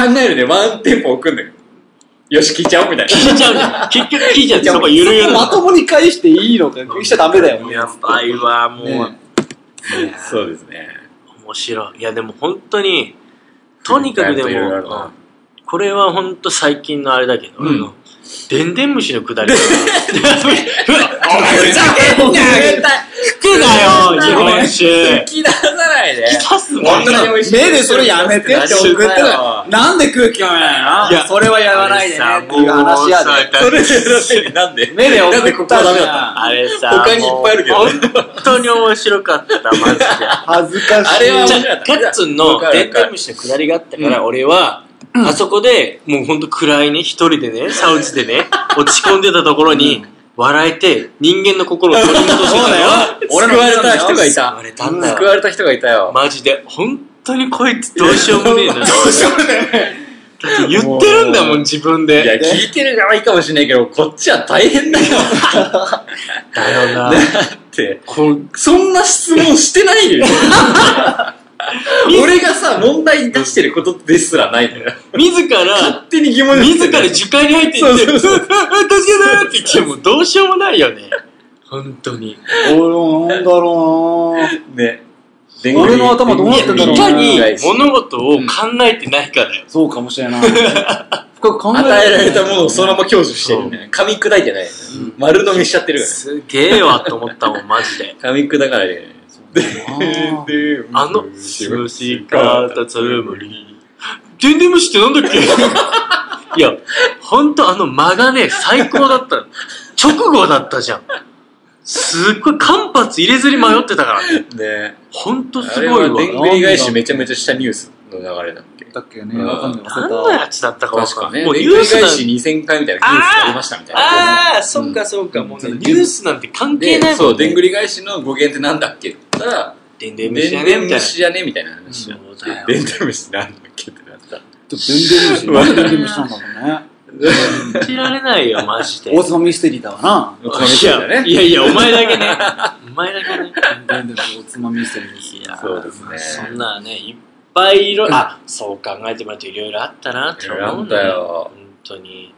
何考えるね、ワンテンポ置くんだけど。よし、聞いちゃおうみたいな。聞いちゃうんだよ。結局聞いちゃって、そこゆるゆるまなともに返していいのか、しちゃダメだよの。。やばいわ、もう。ねそうですね。面白い。いや、でも本当に、とにかくでも、いろいろあるうんなこれは本当最近のあれだけど、うんあの、でんでん虫のくだり。服お前ふざけんなよだよ、日本酒。き出さないで。出すもん本当に美味しい目でそれやめてって送ラってジオだよたなんで空気読めないのいやそれはやらないでねっていう話やで。それでだってなんで目で送なんでこっこはたダメじだったゃん。あれさ、他にいっぱいあるけどねもう本当に面白かった、マジで。恥ずかしい。あれは面じ白いゃあ、カッツンのでんでん虫のくだりがあったから、俺は、あそこで、もうほんと暗いね、一人でね、サウジでね、落ち込んでたところに、笑えて、人間の心を取り戻してたよ。 俺救われた人がいた。救われたんだよ救われた人がいたよ。マジで、本当にこいつどうしようもねえな。どうしようもねえ。言ってるんだもん、自分いや、で。聞いてる側いいかもしれないけど、こっちは大変だよ。だよな。って。こうそんな質問してないよ。俺がさ、問題出してることですらないんだよ。自ら勝、手に疑問自ら樹海に入っていって、そうそうそううわうわ 助けてって言って、もうどうしようもないよね。本当に。俺なんだろうなね。俺の頭どうなってんだろういなかに物事を考えてないかだよ。そうかもしれない。深く考え与えられたものをそのまま享受してるね。噛み砕いてない。丸飲みしちゃってるよね。 すげえわと思ったもん、マジで。噛み砕かないでね。あで、であの、虫虫かたつむり。でんでん虫ってなんだっけ いや、ほんとあの間がね、最高だった。直後だったじゃん。すっごい間髪入れずに迷ってたからね。ね。ほんとあすれごいはわ。でんぐり返しめちゃめちゃしたニュースの流れだっけだっけうね。んわかんない。何忘のれやつだったかわ確かかんない。ね。もうでニんュぐーりス返なん。して2000回みたいなニュースがありましたみたいな。ああ、そっかそっか。もうニュースなんて関係ないもん、ね。で、そう、でんぐり返しの語源ってなんだっけって言ったら、でんででんん虫やでねんみたいな。虫やねみたいな話そうだよでんでん虫なんだっけってなった。 た。全然無視。なんで全然無視なんだろうね。信じられないよ、マジで。王様ミステリーだわな。おつまみ食いだねいやいや、お前だけ ね。お前だけね。全然王様ミステリーですいやーそうですねまあそんなね、いっぱいいろ、あ、そう考えてもらうといろいろあったなって思うんだいろいろあよっ。本当に。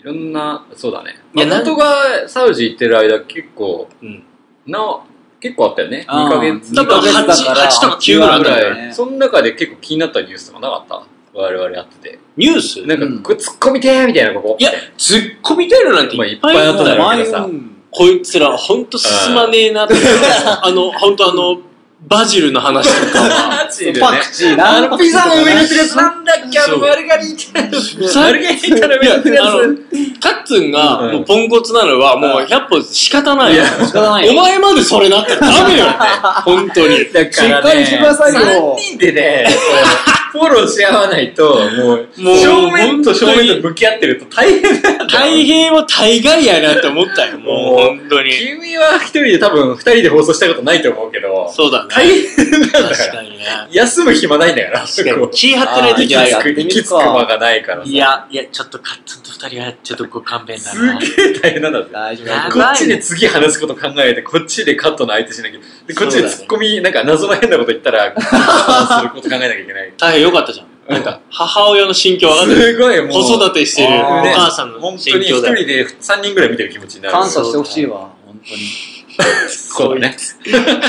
いろんな、そうだね。いやなん本当がサウジ行ってる間結構、うんな、結構あったよね。あー2ヶ月多分二ヶ月だか8、ら8とか9ぐらいあ八ぐったんだよ。らねい。その中で結構気になったニュースとかなかった我々やってて。ニュースなんか、うんこれ突っ込みてーみたいな、ここ。いや、ツッコミ出るなんていっぱいあまあいっぱったいあったよよ。前だうけんこいつら、ほんと進まねえ なって。あの、ほんとあの、バジルの話とかは。パクチーパクチーな。あのピザの上に塗ってるやつなんだっけあそのう丸刈りみたいな。ふざ丸刈りみたいな上に塗ってるやいやあのカッツンが、うんもうポンコツなのは、もう100歩仕方ないよ。仕方ないよお前までそれなってダ メよ。本当に。つ。しっかりしてくださいよ3。人でね、こうフォローし合わないと、もう、もう正面と正面と向き合ってると大変だよ大変は大概やなって思ったよ、もうもう本当に。君は一人で多分二人で放送したことないと思うけど、そうだ大ね。変なんだ確から。かにね。休む暇ないんだから。確かに。 気張ってないといきけつないやよ。ってみるく、かきつく間がないからさ。い、や、いや、ちょっとカッツンと二人はちょっとご勘弁だすな。げえ大変なんだぜ。大丈夫やだこばっちいでね。次話すこと考えて、こっちでカットの相手しなきゃ。で、こっちでそうだ突ねっ込み、なんか謎の変なこと言ったら、すること考えなきゃいけない。大変よかったじゃん。なんか、母親の心境上がってる。すごいもう。子育てしてるおあー母さんの本当心に一境だ人よ。で三人ぐらい見てる気持ちになる。感謝してほしいわ、本当に。そうだね。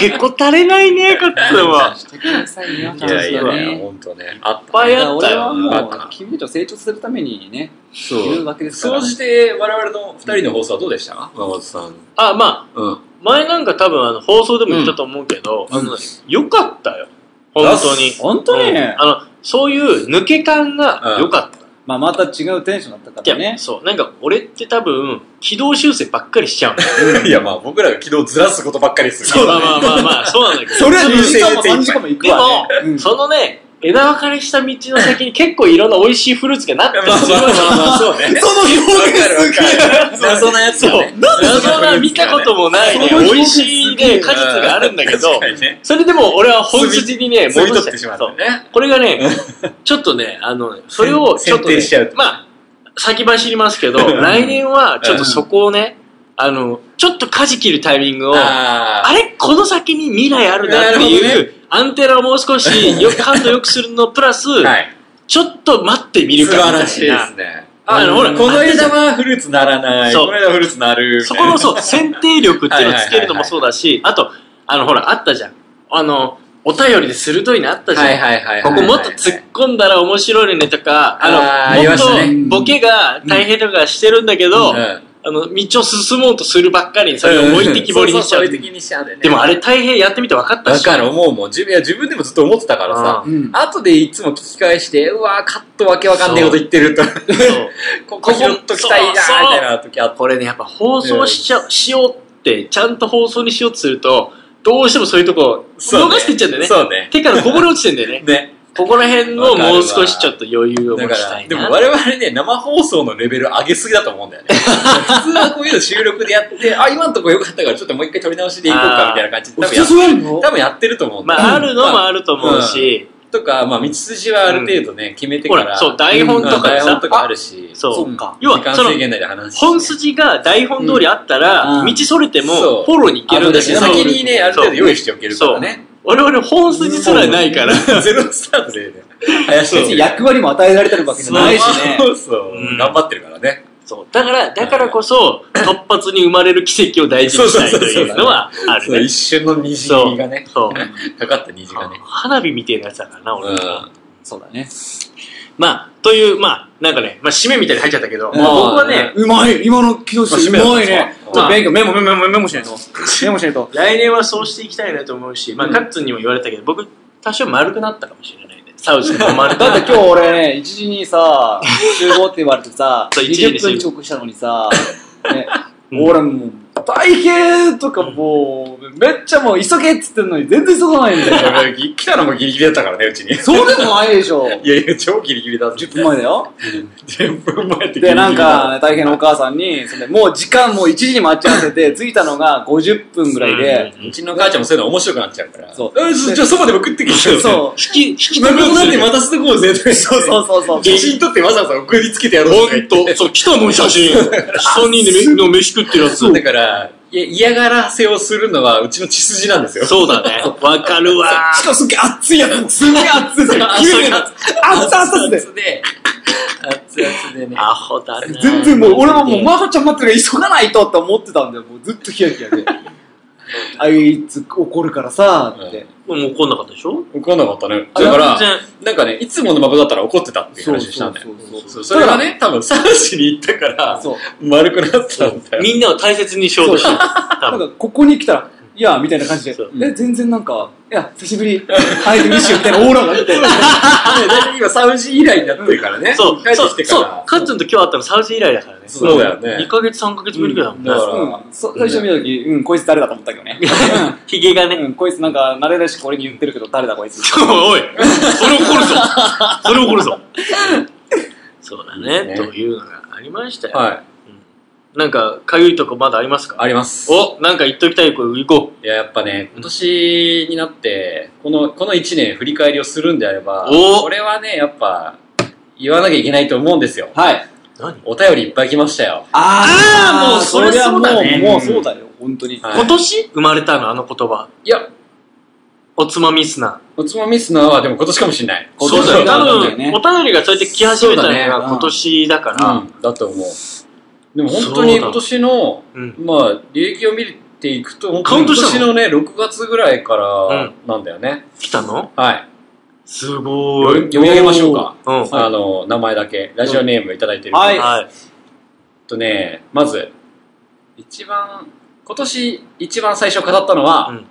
へこたれないね、カッツンは。してくださいよ、いやい感謝やねいや、本当ね。あっ。いったぱいあっ俺たはよ。もあっうた、君たちを成長するためにね、そういるわけですか総ら。じて我々の二人の放送はどうでした山本さん。あ、まあ、うん。 前なんか多分あの放送でも言ったと思うけど、うんよかったよ。本当に。本当にうんあの、そういう抜け感が良かった。まあ、また違うテンションだったかいやらね。そう。なんか俺って多分、軌道修正ばっかりしちゃうの。いや、まあ僕らが昨日ずらすことばっかりするから。まあまあまあまあ、そうなんだけど。それは2時間も精3一杯時間も行くでもわ、ね。うんそのね、枝分かれした道の先に結構いろんな美味しいフルーツがなってるまあまあまあまあ、そうね。その表現すげえ謎なやつそう。謎な見たこともないね、そういう表美味現しいね、果実があるんだけど確、かにね。それでも俺は本筋にね、摘み取戻しっててしまったね。これ がね、ちょっとね、あの、それをちょっと、せん剪定ねしちゃう、とまあ、先走りますけど、うん来年はちょっとそこをね、あの、ちょっと舵切るタイミングを、ああれこの先に未来あるなってないう、るアンテナをもう 少しよ感度良くするのプラス、あはい。ちょっと待ってみる素晴かみたいな。らしいですね。あの、ほら、この枝はフルーツならない。そうこの枝はフルーツなる。そこのそう、みたいな選定力っていうのをつけるのもそうだし、あと、あの、ほら、あったじゃん。あの、お便りで鋭いのあったじゃん。はいはいはいはい。ここもっと突っ込んだら面白いねとか、あーあありの、まもっしたねとボケが大変とかしてるんだけど、あうんの、道を進もうとするばっかりにそれを置いてきぼりにしちゃそうそ。置いてきぼりにしちゃうんだよね。でもあれ大変やってみて分かったわし。かる、思うもん。自分いや自分でもずっと思ってたからさ。うんうん後でいつも聞き返して、うわー、カットわけわかんねえこと言ってると。そう ここ拾っときたいなーみそうそうたいな時あっこれね、やっぱ放送しちゃう、しようって、ちゃんと放送にしようとすると、どうしてもそういうとこ、そう逃ねしていっちゃうんだよね。そうね。手からこぼれ落ちてんだよね。ね。ここら辺をもう少しちょっと余裕をだ持かちたら、いでもな。我々ね、生放送のレベル上げすぎだと思うんだよ ね。普通はこういうの収録でやって、あ、今のとこ良かったからちょっともう一回撮り直しでいこうかあーみたいな感じで、お多分やすすめあるの多分やってると思うんだまよあ、あるのまもあると思うし、とか、まあ、道筋はある程度ね、決めてほ、からら。そう、台本とかで台さ本、とかあるし。そうそっか。要時間は、その制、限内で話すしね本筋が台本通りあったら、うん道それてそも、うフォローに行けるんだし、あそう先にね、ある程度用意しておけるからね。我々本筋すらないから。 ゼロスタートでね、林別に役割も与えられてるわけじゃないしね。そうそううん頑張ってるからね。そう。だから、だからこそ、突発に生まれる奇跡を大事にしたいというのはあるそうね一。瞬の虹そう。がね、そう。かかった虹がね。花火みたいなやつだからな、う俺。ん。そうだね。まあ、という、まあ、なんかね、まあ、締めみたいに入っちゃったけど、うんまあ僕はね、うまい今の気動してうまいね。ちょまあっと勉強、メモ、メモ、メモ メモしないと。メモしないと。来年はそうしていきたいなと思うし、まあ、うんカッツンにも言われたけど、僕、多少丸くなったかもしれないね。サウジでも丸くなっだった て。今日俺ね、1時にさ、集合って言われてさ、そう1時に20集合 分遅刻したのにさ、ね、うん俺もう、大変とかももう、めっちゃもう、急げっつってんのに、全然急がないん だよ。来たのもギリギリだったからね、うちに。そうでもないでしょ。いやいや、超ギリギリだぞ。 10分前だよ。 10分前ってギリギリで、だなんか、大変なお母さんに、それでもう時間もう1時に待ち合わせて、着いたのが50分ぐらいで、うちの母ちゃんもそういうの面白くなっちゃうから。そううんじゃあそばでも食ってきてよ。そう。引き、引きな取くりなっ戻しててまたしてこうぜとか言って。そうそうそうそう写真撮ってわざわざ送りつけてやろうとかほ言んって。 と、そう、来たのに写真。3人でめの飯食ってるやつ。だから、いや嫌がらせをするのはうちの血筋なんですよ。そうだね。わかるわしかもすっげえ熱いやつ。すっげえ 熱いやつ。そう冷えてるやつ。熱々熱々で。で、熱々でね。アホだな全然もう、俺はもう、マハちゃん待ってるから急がないとって思ってたんだよ。もうずっとヒヤヒヤで。あいつ怒るからさ、って。もう怒んなかったでしょ怒んなかったね。あだか全ら、然。なんかね、いつものマブだったら怒ってたっていう話をしたんだよ。そうそれがね、多分、サウジに行ったから、そう。丸くなったんだよ。みんなを大切にしようとしてる。多なん分か、ここに来たら、いや、みたいな感じでそう、え、全然なんか、いや、久しぶり、会えて嬉しいよみたいなオーラが出て、今、サウジ以来になってるからね。そう、帰ってそうきて、かそうら。。カッツンと今日会ったのサウジ以来だからね。そうだよね2ヶ月、3ヶ月ぶりくらいだもんねだ。かうん、そ最初見たとき、うん、こいつ誰だと思ったけどね。ヒゲがうね。ん、こいつなんか、慣れないしこれに言ってるけど、誰だこいつ。おい、それ怒るぞ。それ怒るぞ。そうだね、というのがありましたら。よ。はい。なんか、かゆいとこまだありますかあります。お、なんか言っときたい、これ行こう。いや、やっぱね、今年になって、この、この1年振り返りをするんであれば、おこれはね、やっぱ、言わなきゃいけないと思うんですよ。はい。何お便りいっぱい来ましたよ。あーもうそれりゃもそうだねもうそうだよ、本当に。はい今年生まれたの、あの言葉。いや、おつまみスナおつまみスナーはでも今年かもしれない。今年だよ多そうだよ分、ねお便りがそうやって来始めたのがうん今年だから。うん、だと思う。でも本当に今年の、うん。まあ、履歴を見ていくと、本カ当ウにント今した年ののね、6月ぐらいうからんなんだよね。来たのはい。すご読い。み読み上げましょうか。うん。いあの、名前だけ、ラジオネームいただいてる。はいはえい。っとね、まず、一番、今年一番最初語ったのは、うん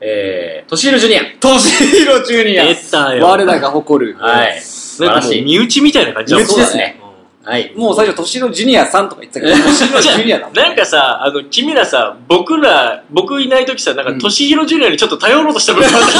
えー、トシールジュニア。トシヒロジュニ出たよ。我らが誇る。はい。なんかもう素晴らしい身内みたいな感じだもん身内ですね。はい。もう最初、年のジュニアさんとか言ってたけど、年のジュニアだもん ね。なんかさ、あの、君らさ、僕ら、僕いない時さ、なんうか、んとしひろジュニアにちょっと頼ろうとした部分があった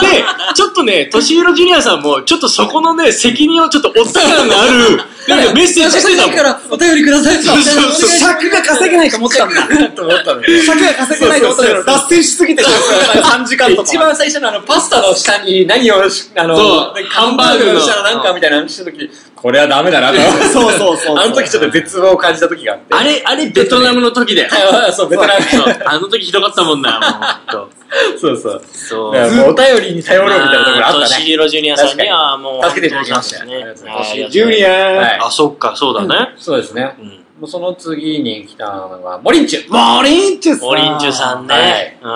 でしょ。で、ちょっとね、としひろジュニアさんも、ちょっとそこのね、責任をちょっと負った感がある、なんかメッセージしてたもん。らお便りくださいそうそうそう尺が稼げないと思ったんだ。と思ったのね。尺が稼げないと思ったけど、脱線しすぎて、3時間とか。一番最初のあの、パスタの下に何をし、あの、そうハンバーグの下のなんかみたいな話した時、これはダメだなと。そうそうそう。あの時ちょっと絶望を感じた時があって。あれ、あれ、ベトナムの時だよ。あそう、ベトナムそうあの時ひどかったもんな、もうほんと。そうそう。そう。だからもうお便りに頼ろうみたいなところまああとったしね。ひろジュニアさんには、もう、助けていただきましたね。ありジュニア。ア。はいあ、そっか、そうだね。そうですね。うん。もうその次に来たのが、モリンチュモリンチュさん。モリンチュさんね。うん。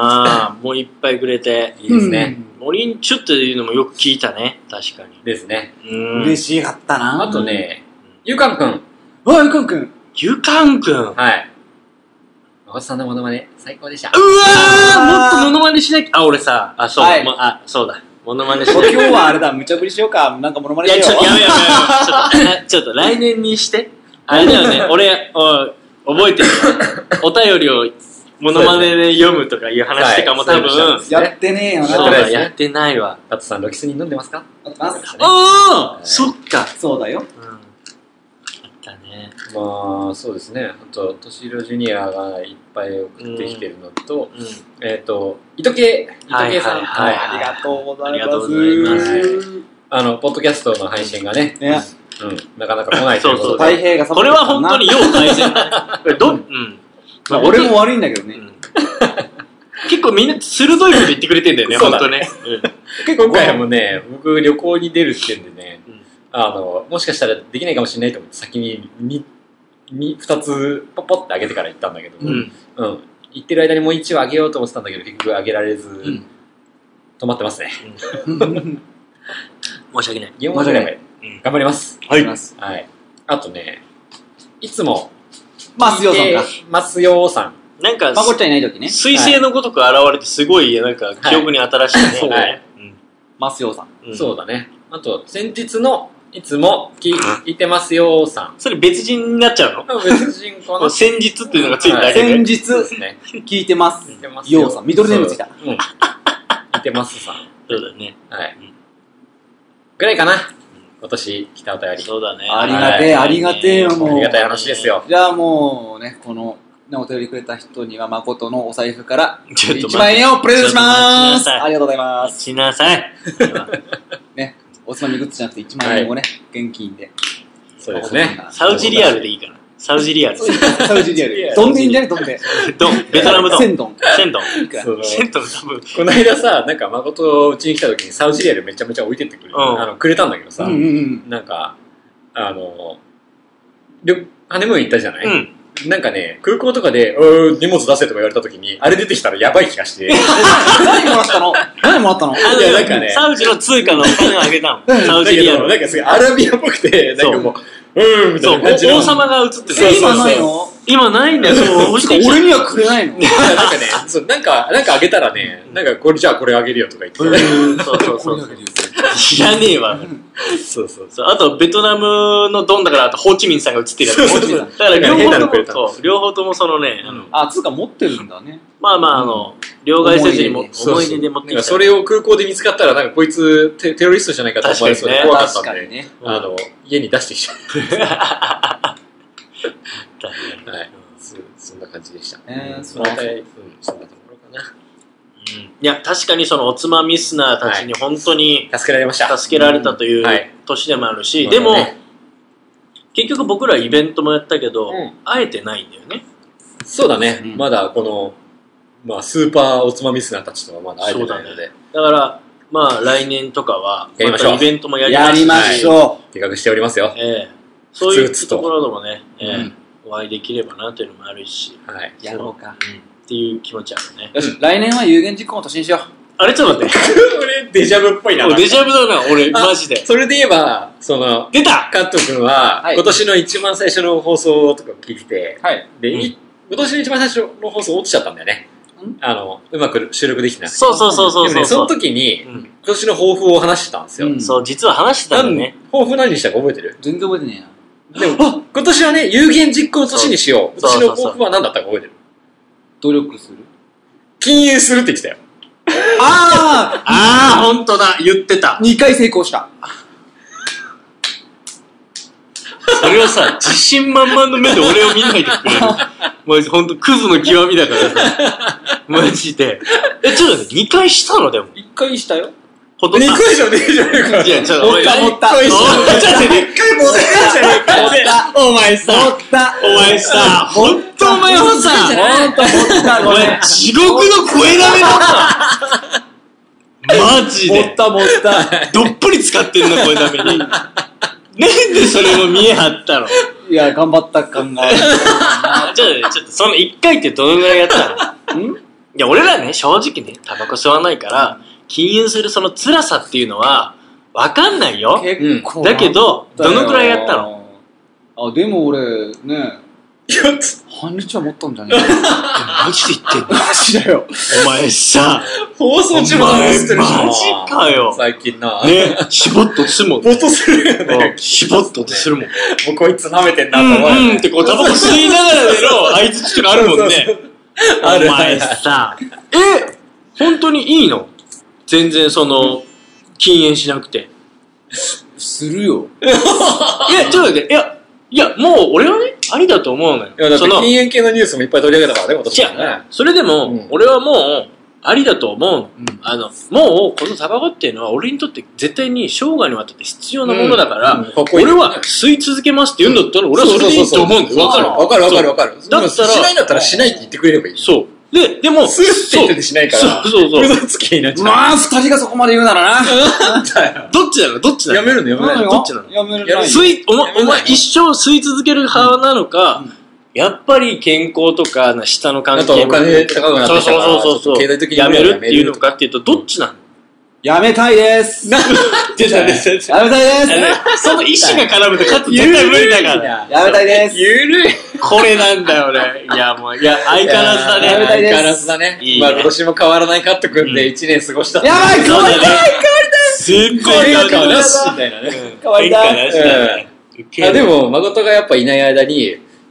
もういっぱいくれて。いいですね。モリンチュっていうのもよく聞いたね。確かに。ですね。うん。嬉しかったな。あと。ね、ゆかんくん。わ、ゆかんくん。ゆかんくん。うわはい。おさんのモノマネ、最高でした。ーもっとモノマネしなきゃ。あ、俺さ、あ、そう、はいもうあ、そうだ。モノマネし今なき日ゃ。はあれだ、無茶ぶりしようか。なんかモノマいネしや、ちよょっと、やう。めようやめよう やめよう。ちょっと、ちょっと来年にして。あれだよ ね、俺、お覚えてるよ。お便りをモノマネで読むとかいう話とかも多分、はいそうやってねえよそうな。だ、やってないわ。あとさん、ロキスに飲んでますかああそっか。そうだよ。うん。あったね。まあ、そうですね。あと、としひろジュニアがいっぱい送ってきてるのと、うん。えっと、糸系、糸はい系さん。ははいはいいありがとうございます。ありがとうございますあの、ポッドキャストの配信がね、ね、うん、なかなか来ないということそうで。太平がサこボってれたはな本当に。要改善だ ね。これど、うん。まあ俺も悪いんだけどうね。ん。 結構みんな鋭いこと言ってくれてんだよね、そほうんだとね。結 構今回もね、僕旅行に出るっていうんでね、うんあの、もしかしたらできないかもしれないと思って先に、に、に、二つポッポってあげてから行ったんだけど、ううん。ん。行ってる間にもう一話あげようと思ってたんだけど、結局あげられず、ん止まってますね。申し訳ない。 4話ぐらいまでうん。頑張ります。ははい。はい。あとね、いつも、まあ、すよさんか。ますよさん。なんか、まこっちゃんいない時ね。彗星のごとく現れてすごい、なん か、記憶に新しいね。はいうん。ますよさん。うんそうだね。あと、先日の、いつも聞いてますよーさん。それ別人になっちゃう別人かな の先日っていうのがついただけで。先日、そうですね。聞いてます聞い。てますようさん、ミドルネームついた。うん。見てますさん。そうだね。はい。ぐらいかな。今年来たお便り。そうだね。ありがてえ、ありがてえよ、もあうり。がたい話ですよ。じゃあもうね、この、ね、お便りくれた人には、誠のお財布から、ちょっと待って1万円をプレゼントしちまょっと待ちなすさいありがとうございます。しなさい。ね、おつまみグッズじゃなくて1万円をね、現金で。そうですね。サウジリアルでいいから。サウジリアル。サウジリアル。どんでいいんじゃねどんで。ドン、ベトナムドン。千ドン。センドン。そのセンドン多分。この間さ、なんか誠うちに来た時にサウジリアルめちゃめちゃ置いてってくれ,、うんあのくれたんだけどさ、うんうんうん。なんか、あの、旅ハネムーン行ったじゃない、うん。なんかね、空港とかで、うー荷物出せとか言われた時に、あれ出てきたらやばい気がして。何もらったの何もらったのあのいやなんかねサウジの通貨のお金をあげたの。サウだジけリアど、ル。なんかすごいアラビアっぽくて、なんかもう、うーん、みたそ、いうな感じの。王様が映ってそうる。そう今ないの今ないんだよ。そうしかも俺にはくれないのなんかね、そうなんか、なんかあげたらね、なんかこれじゃあこれあげるよとか言ってた。そうそう そう。いらねえわ。そうそう。そうあと、ベトナムのドンだから、あと、ホーチミンさんが映ってるやつ。そうそうだから、両変なの方くれたとも、そう両方ともそのね、あの あ、つうか持ってるんだね。まあまあ、あの、両替せずにも、そう思い出で持ってきなんた。かそれを空港で見つかったら、なんかこいつテテロリストじゃないかと思われそうで確怖かった確んかで、にね。うんあの、家に出してきちゃっだねた。はい。そそんな感じでした。えーそう大体、うん、そんなところかな。うんいや、確かにその、おつまみスナーたちに本当に助けられました。助けられたといううんはい年でもあるし、そうでだもね、結局僕らイベントもやったけどうん、会えてないんだよね。そうだね、うんまだこの、まあ、スーパーおつまみスナーたちとはまだ会えてないそのうで、だから、まあ、来年とかは、やりましょうたイベントもやりやますりましょう。計画しておりますよ。ええそういふつううつとところでもね、ええうんお会いできればなというのもあるし、はい。やろうか。っていう気持ちあるね。よし、来年は有言実行の年にしよあれちょっ と待っ俺、デジャブっぽいて。な。俺デジャブだな、俺、マジで。それで言えば、その、出たカット君は、はい今年の一番最初の放送とか聞いててう。、はい。で、うんい今年の一番最初の放送落ちちゃったんだよねん。あの、うまく収録できてなくて。そうそうそうそうでそもう。ね、その時に、う今ん年の抱負を話してたんですよ。うんそう、実は話してたなんだんね。抱負何にしたか覚えてる全然覚えてねえな。でも、あ今年はね、有言実行の年にしよう。そ今う年の抱負は何だったか覚えてる努力する。禁煙するって言ってたよ。あああ、本当だ、言ってたあ。!2 回成功した。それはさ、 自信満々の目で俺を見ないでくれる。もう本当クズの極みだからさ。マジで。え、ちょっと待って、2回したのでも。 1回したよ。ほとんど。 2回じゃねえじゃねえか。いや、ちょっと持俺った持った。おいちょっと待って一回もねえじゃねえか。お前さ、持った。お前さ、本当お前は持さ、った持った。おごめん前地獄の声だめだった。マジ持っで。た持った。どっぷり使ってんな、声だめに。なんでそれも見え張ったのじいや、頑張った感がある。ゃあ、ちょっとその1回ってどのぐらいやったのんいや、俺らね、正直ね、タバコ吸わないから、禁煙するその辛さっていうのは、わかんないよ。結構。だけ、ど、どのぐらいやったののあ、でも俺、ね、 4つ。半日は持ったんじゃねえマジで言ってんのマジだよ。お 前さ、放送中も話してるしなお前マジかよ最近な。ね、絞っとすもんぼっとするよね。絞っとするもん。もうこいつ舐めてんなうと思われんてうんってこう、タバコ吸いながらでの相づちとかあるもんねそう。あおるあ前る。さ、え本当にいいの全然その、禁煙しなくて。するよ。いや、ちょっと待って、いや、いや、もう俺はね、ありだと思うのいや、だよ。ってその、禁い煙系のニュースもいっぱい取り上げたからね、今年はね。や、それでうもん、俺はもう、ありだと思うのうん。あの、もう、このタバコっていうのは、俺にとって絶対に生涯にわたって必要なものだから、うんうんかっこいい俺は吸い続けますって言うんだったら、俺はそれでいいと思うんだよ。わかるわかるわかるわかる。だったらしないんだったらしないって言ってくれればいい。そう。で、でも、するって言っててしないから。そう そうそう嘘つきになっちゃう。まあ、二人がそこまで言うならな。どっちなのどっちなのやめるのやめないの。どっちなのやめるやる吸い、お前、お前一生吸い続ける派なのか、やっぱり健康とか、な下の関あ係とお金と高くなってそうきたからそうそうそう。経済的にやめるっていうのかっていうと、どっちなのやめたいです。や出た出 た出た。めたいいやです。ねその意思が絡むと、かつ絶対無理だから。やめたいです。ゆるい。これなんだよ、俺。いや、もう、いや、相変わらずだね。やめたいですガラスだねいい。ねまあ今年も変わらないカット君うんで1年過ごした。やばい、変わりたい、変わりたい。すっごい変化 変なしみたいなね。変わりだ化なしだね。ウケるあで、も、誠がやっぱいない間に、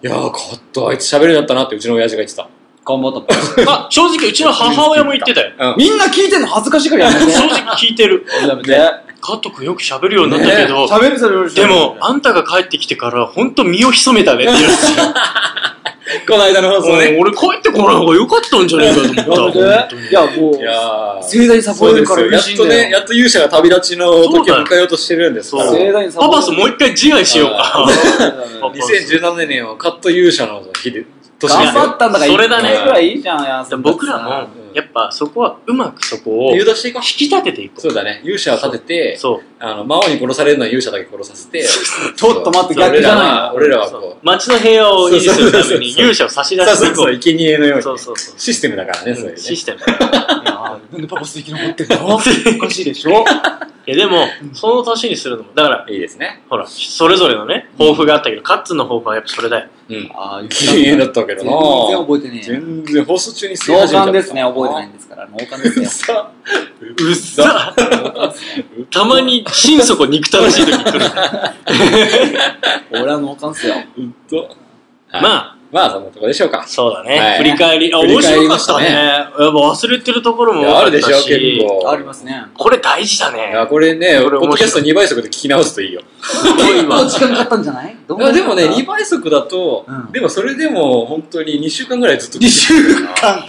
いやー、カットあいつ喋るようになったなってうちの親父が言ってた。頑張った。あ、正直うちの母親も言ってたよ。みんな聞いてんの恥ずかしいからやめて。正直聞いてる。やめて。カット君よく喋るようになったけど、喋る喋るでも、あんたが帰ってきてから、ほんと身を潜めたねって言うんですよ。この間の 放送ね。うん俺帰ってこない方が良かったんじゃねえかとや思ってめた。本当にいや、もう、や盛大にサポそうーでトかすらよ。や嬉っしいんとだね、よ。やっと勇者が旅立ちの時を迎えようとしてるんですから。そうだよ盛大にサポパートパスもう一回自害しようか。 頑2017年はカット勇者の日で、年です張よ。ったんだから、それだね一回ぐらいいいじゃんいや、そんな僕らも、やっぱそこはうまくそこを誘引導していこう。き立てていこそうだね。勇者を立てう。て、そう。あの、魔王に殺されるのは勇者だけ殺させて、ちょっと待って、逆俺じゃらないは、俺らはこ街の平和を維持するために勇者を差しう、出さしてすいこがう。生贄のように。そうそうそう。システムだからね、そういうね。システム。いやなんでパパス生き残ってんのおかしいでしょ いやでも、その年にするのも、だから、いいですね。ほら、それぞれのね、抱負があったけど、カッツンの抱負はやっぱそれだよ。うん。あー生贄だったけど全な然覚えてねえ。全然放送中に吸い脳始めちゃった幹ですね、覚えてないんですから。脳幹です よ。さうっさたまに心底憎たらしい時来る。俺は脳幹っすよ。うっとまあ、まあそんなとこでしょうかそうだね。はい振り返り。あ、振り面返り白かまっしたたね。ねやっぱ忘れてるところいもやあ多るかっでしたょ結し。構あり ますね。これ大事だいね。やこれねこれ面白いポッドキャスト2倍速で聞き直すといいよ結構時間かかったんじゃないどいうやでもね2倍速だとうんでもそれでも本当に2週間ぐらいずっと聞いて2週間。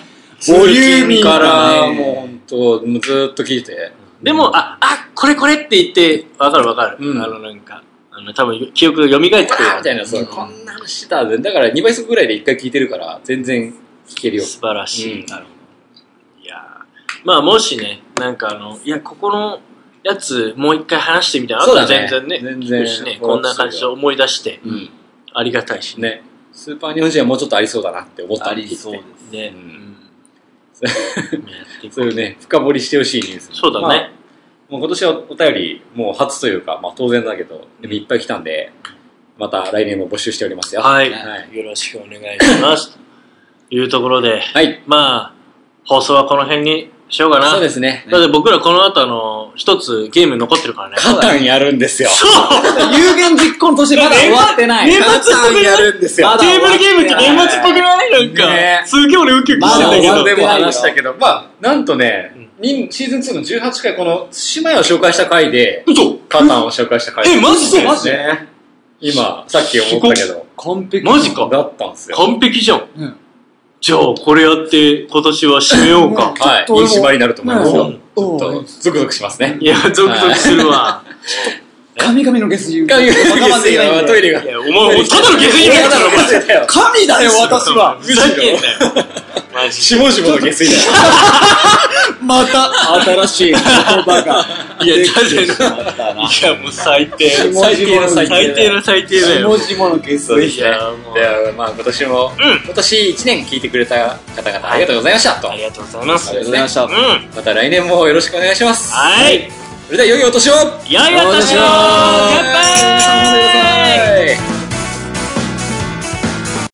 ボリューミーかだらねもう本当もうずーっと聞いてでも、あ、あ、これこれって言って、わかるわかる。うんあの、なんか、あの、多分、記憶が蘇ってくる。あーみたいなそうこんな話してただから2倍速ぐらいで1回聞いてるから全然聞けるよ素晴らしい。うんなるほど。いやーまあ、もしね、なんかあの、いや、ここのやつ、もう一回話してみたいな。そうだねあったら全然ね、全然聞くしね、こんな感じで思い出して、うんありがたいしね。ねスーパー日本人はもうちょっとありそうだなって思ったありそうです。ね。ううんん。 やっていこ そういうね深掘りしてほしいニュースそうだまあね。もう今年はお便り、もう初というか、まあ当然だけど、でもいっぱい来たんで、また来年も募集しておりますよ。はい、はいよろしくお願いします。というところで、はい。まあ、放送はこの辺にしようかな。そうですね。だって僕らこの後あの、一つゲーム残ってるからね。カタンやるんですよ。有言実行の年まだ終わってない。年末カタンやるるんですよ。まだテ終ーブわルってないゲームって年末っぽくないなんか、ねすげえ俺ウキウキしてまだん終だわっでけど。ても話したけど、まあ、なんとね、にシーズン2の18回、この、姉妹を紹介した回で、嘘カタンを紹介した回え、マジでですね。今、さっき思ったけど、完璧。マジかだったんですよ。完璧じゃん。うんじゃあ、これやって今年は締めようか。はい。いい締まりになると思いますよ。ちょっおと、ゾクゾクしますね。いや、ゾクゾクするわ。神々のゲス言う。トイレが、トイレがい。や、お前、もうただのゲスだから、お前。水だよ。神だよ、私は。ふざけんなよ。マジで。しもしもの下水だよ。また、新しい言葉が。いや だってまったな。いや、もう最低。最低の最最低の最低だよ。下々のゲスそうですいねやもう。では、まあ今年も、今年1年聞いてくれた方々ありがとうございましたと。ありがとうございます。あうりがとうごんざいました。。また来年もよろしくお願いします。はい。それでは良いお年を良いお年を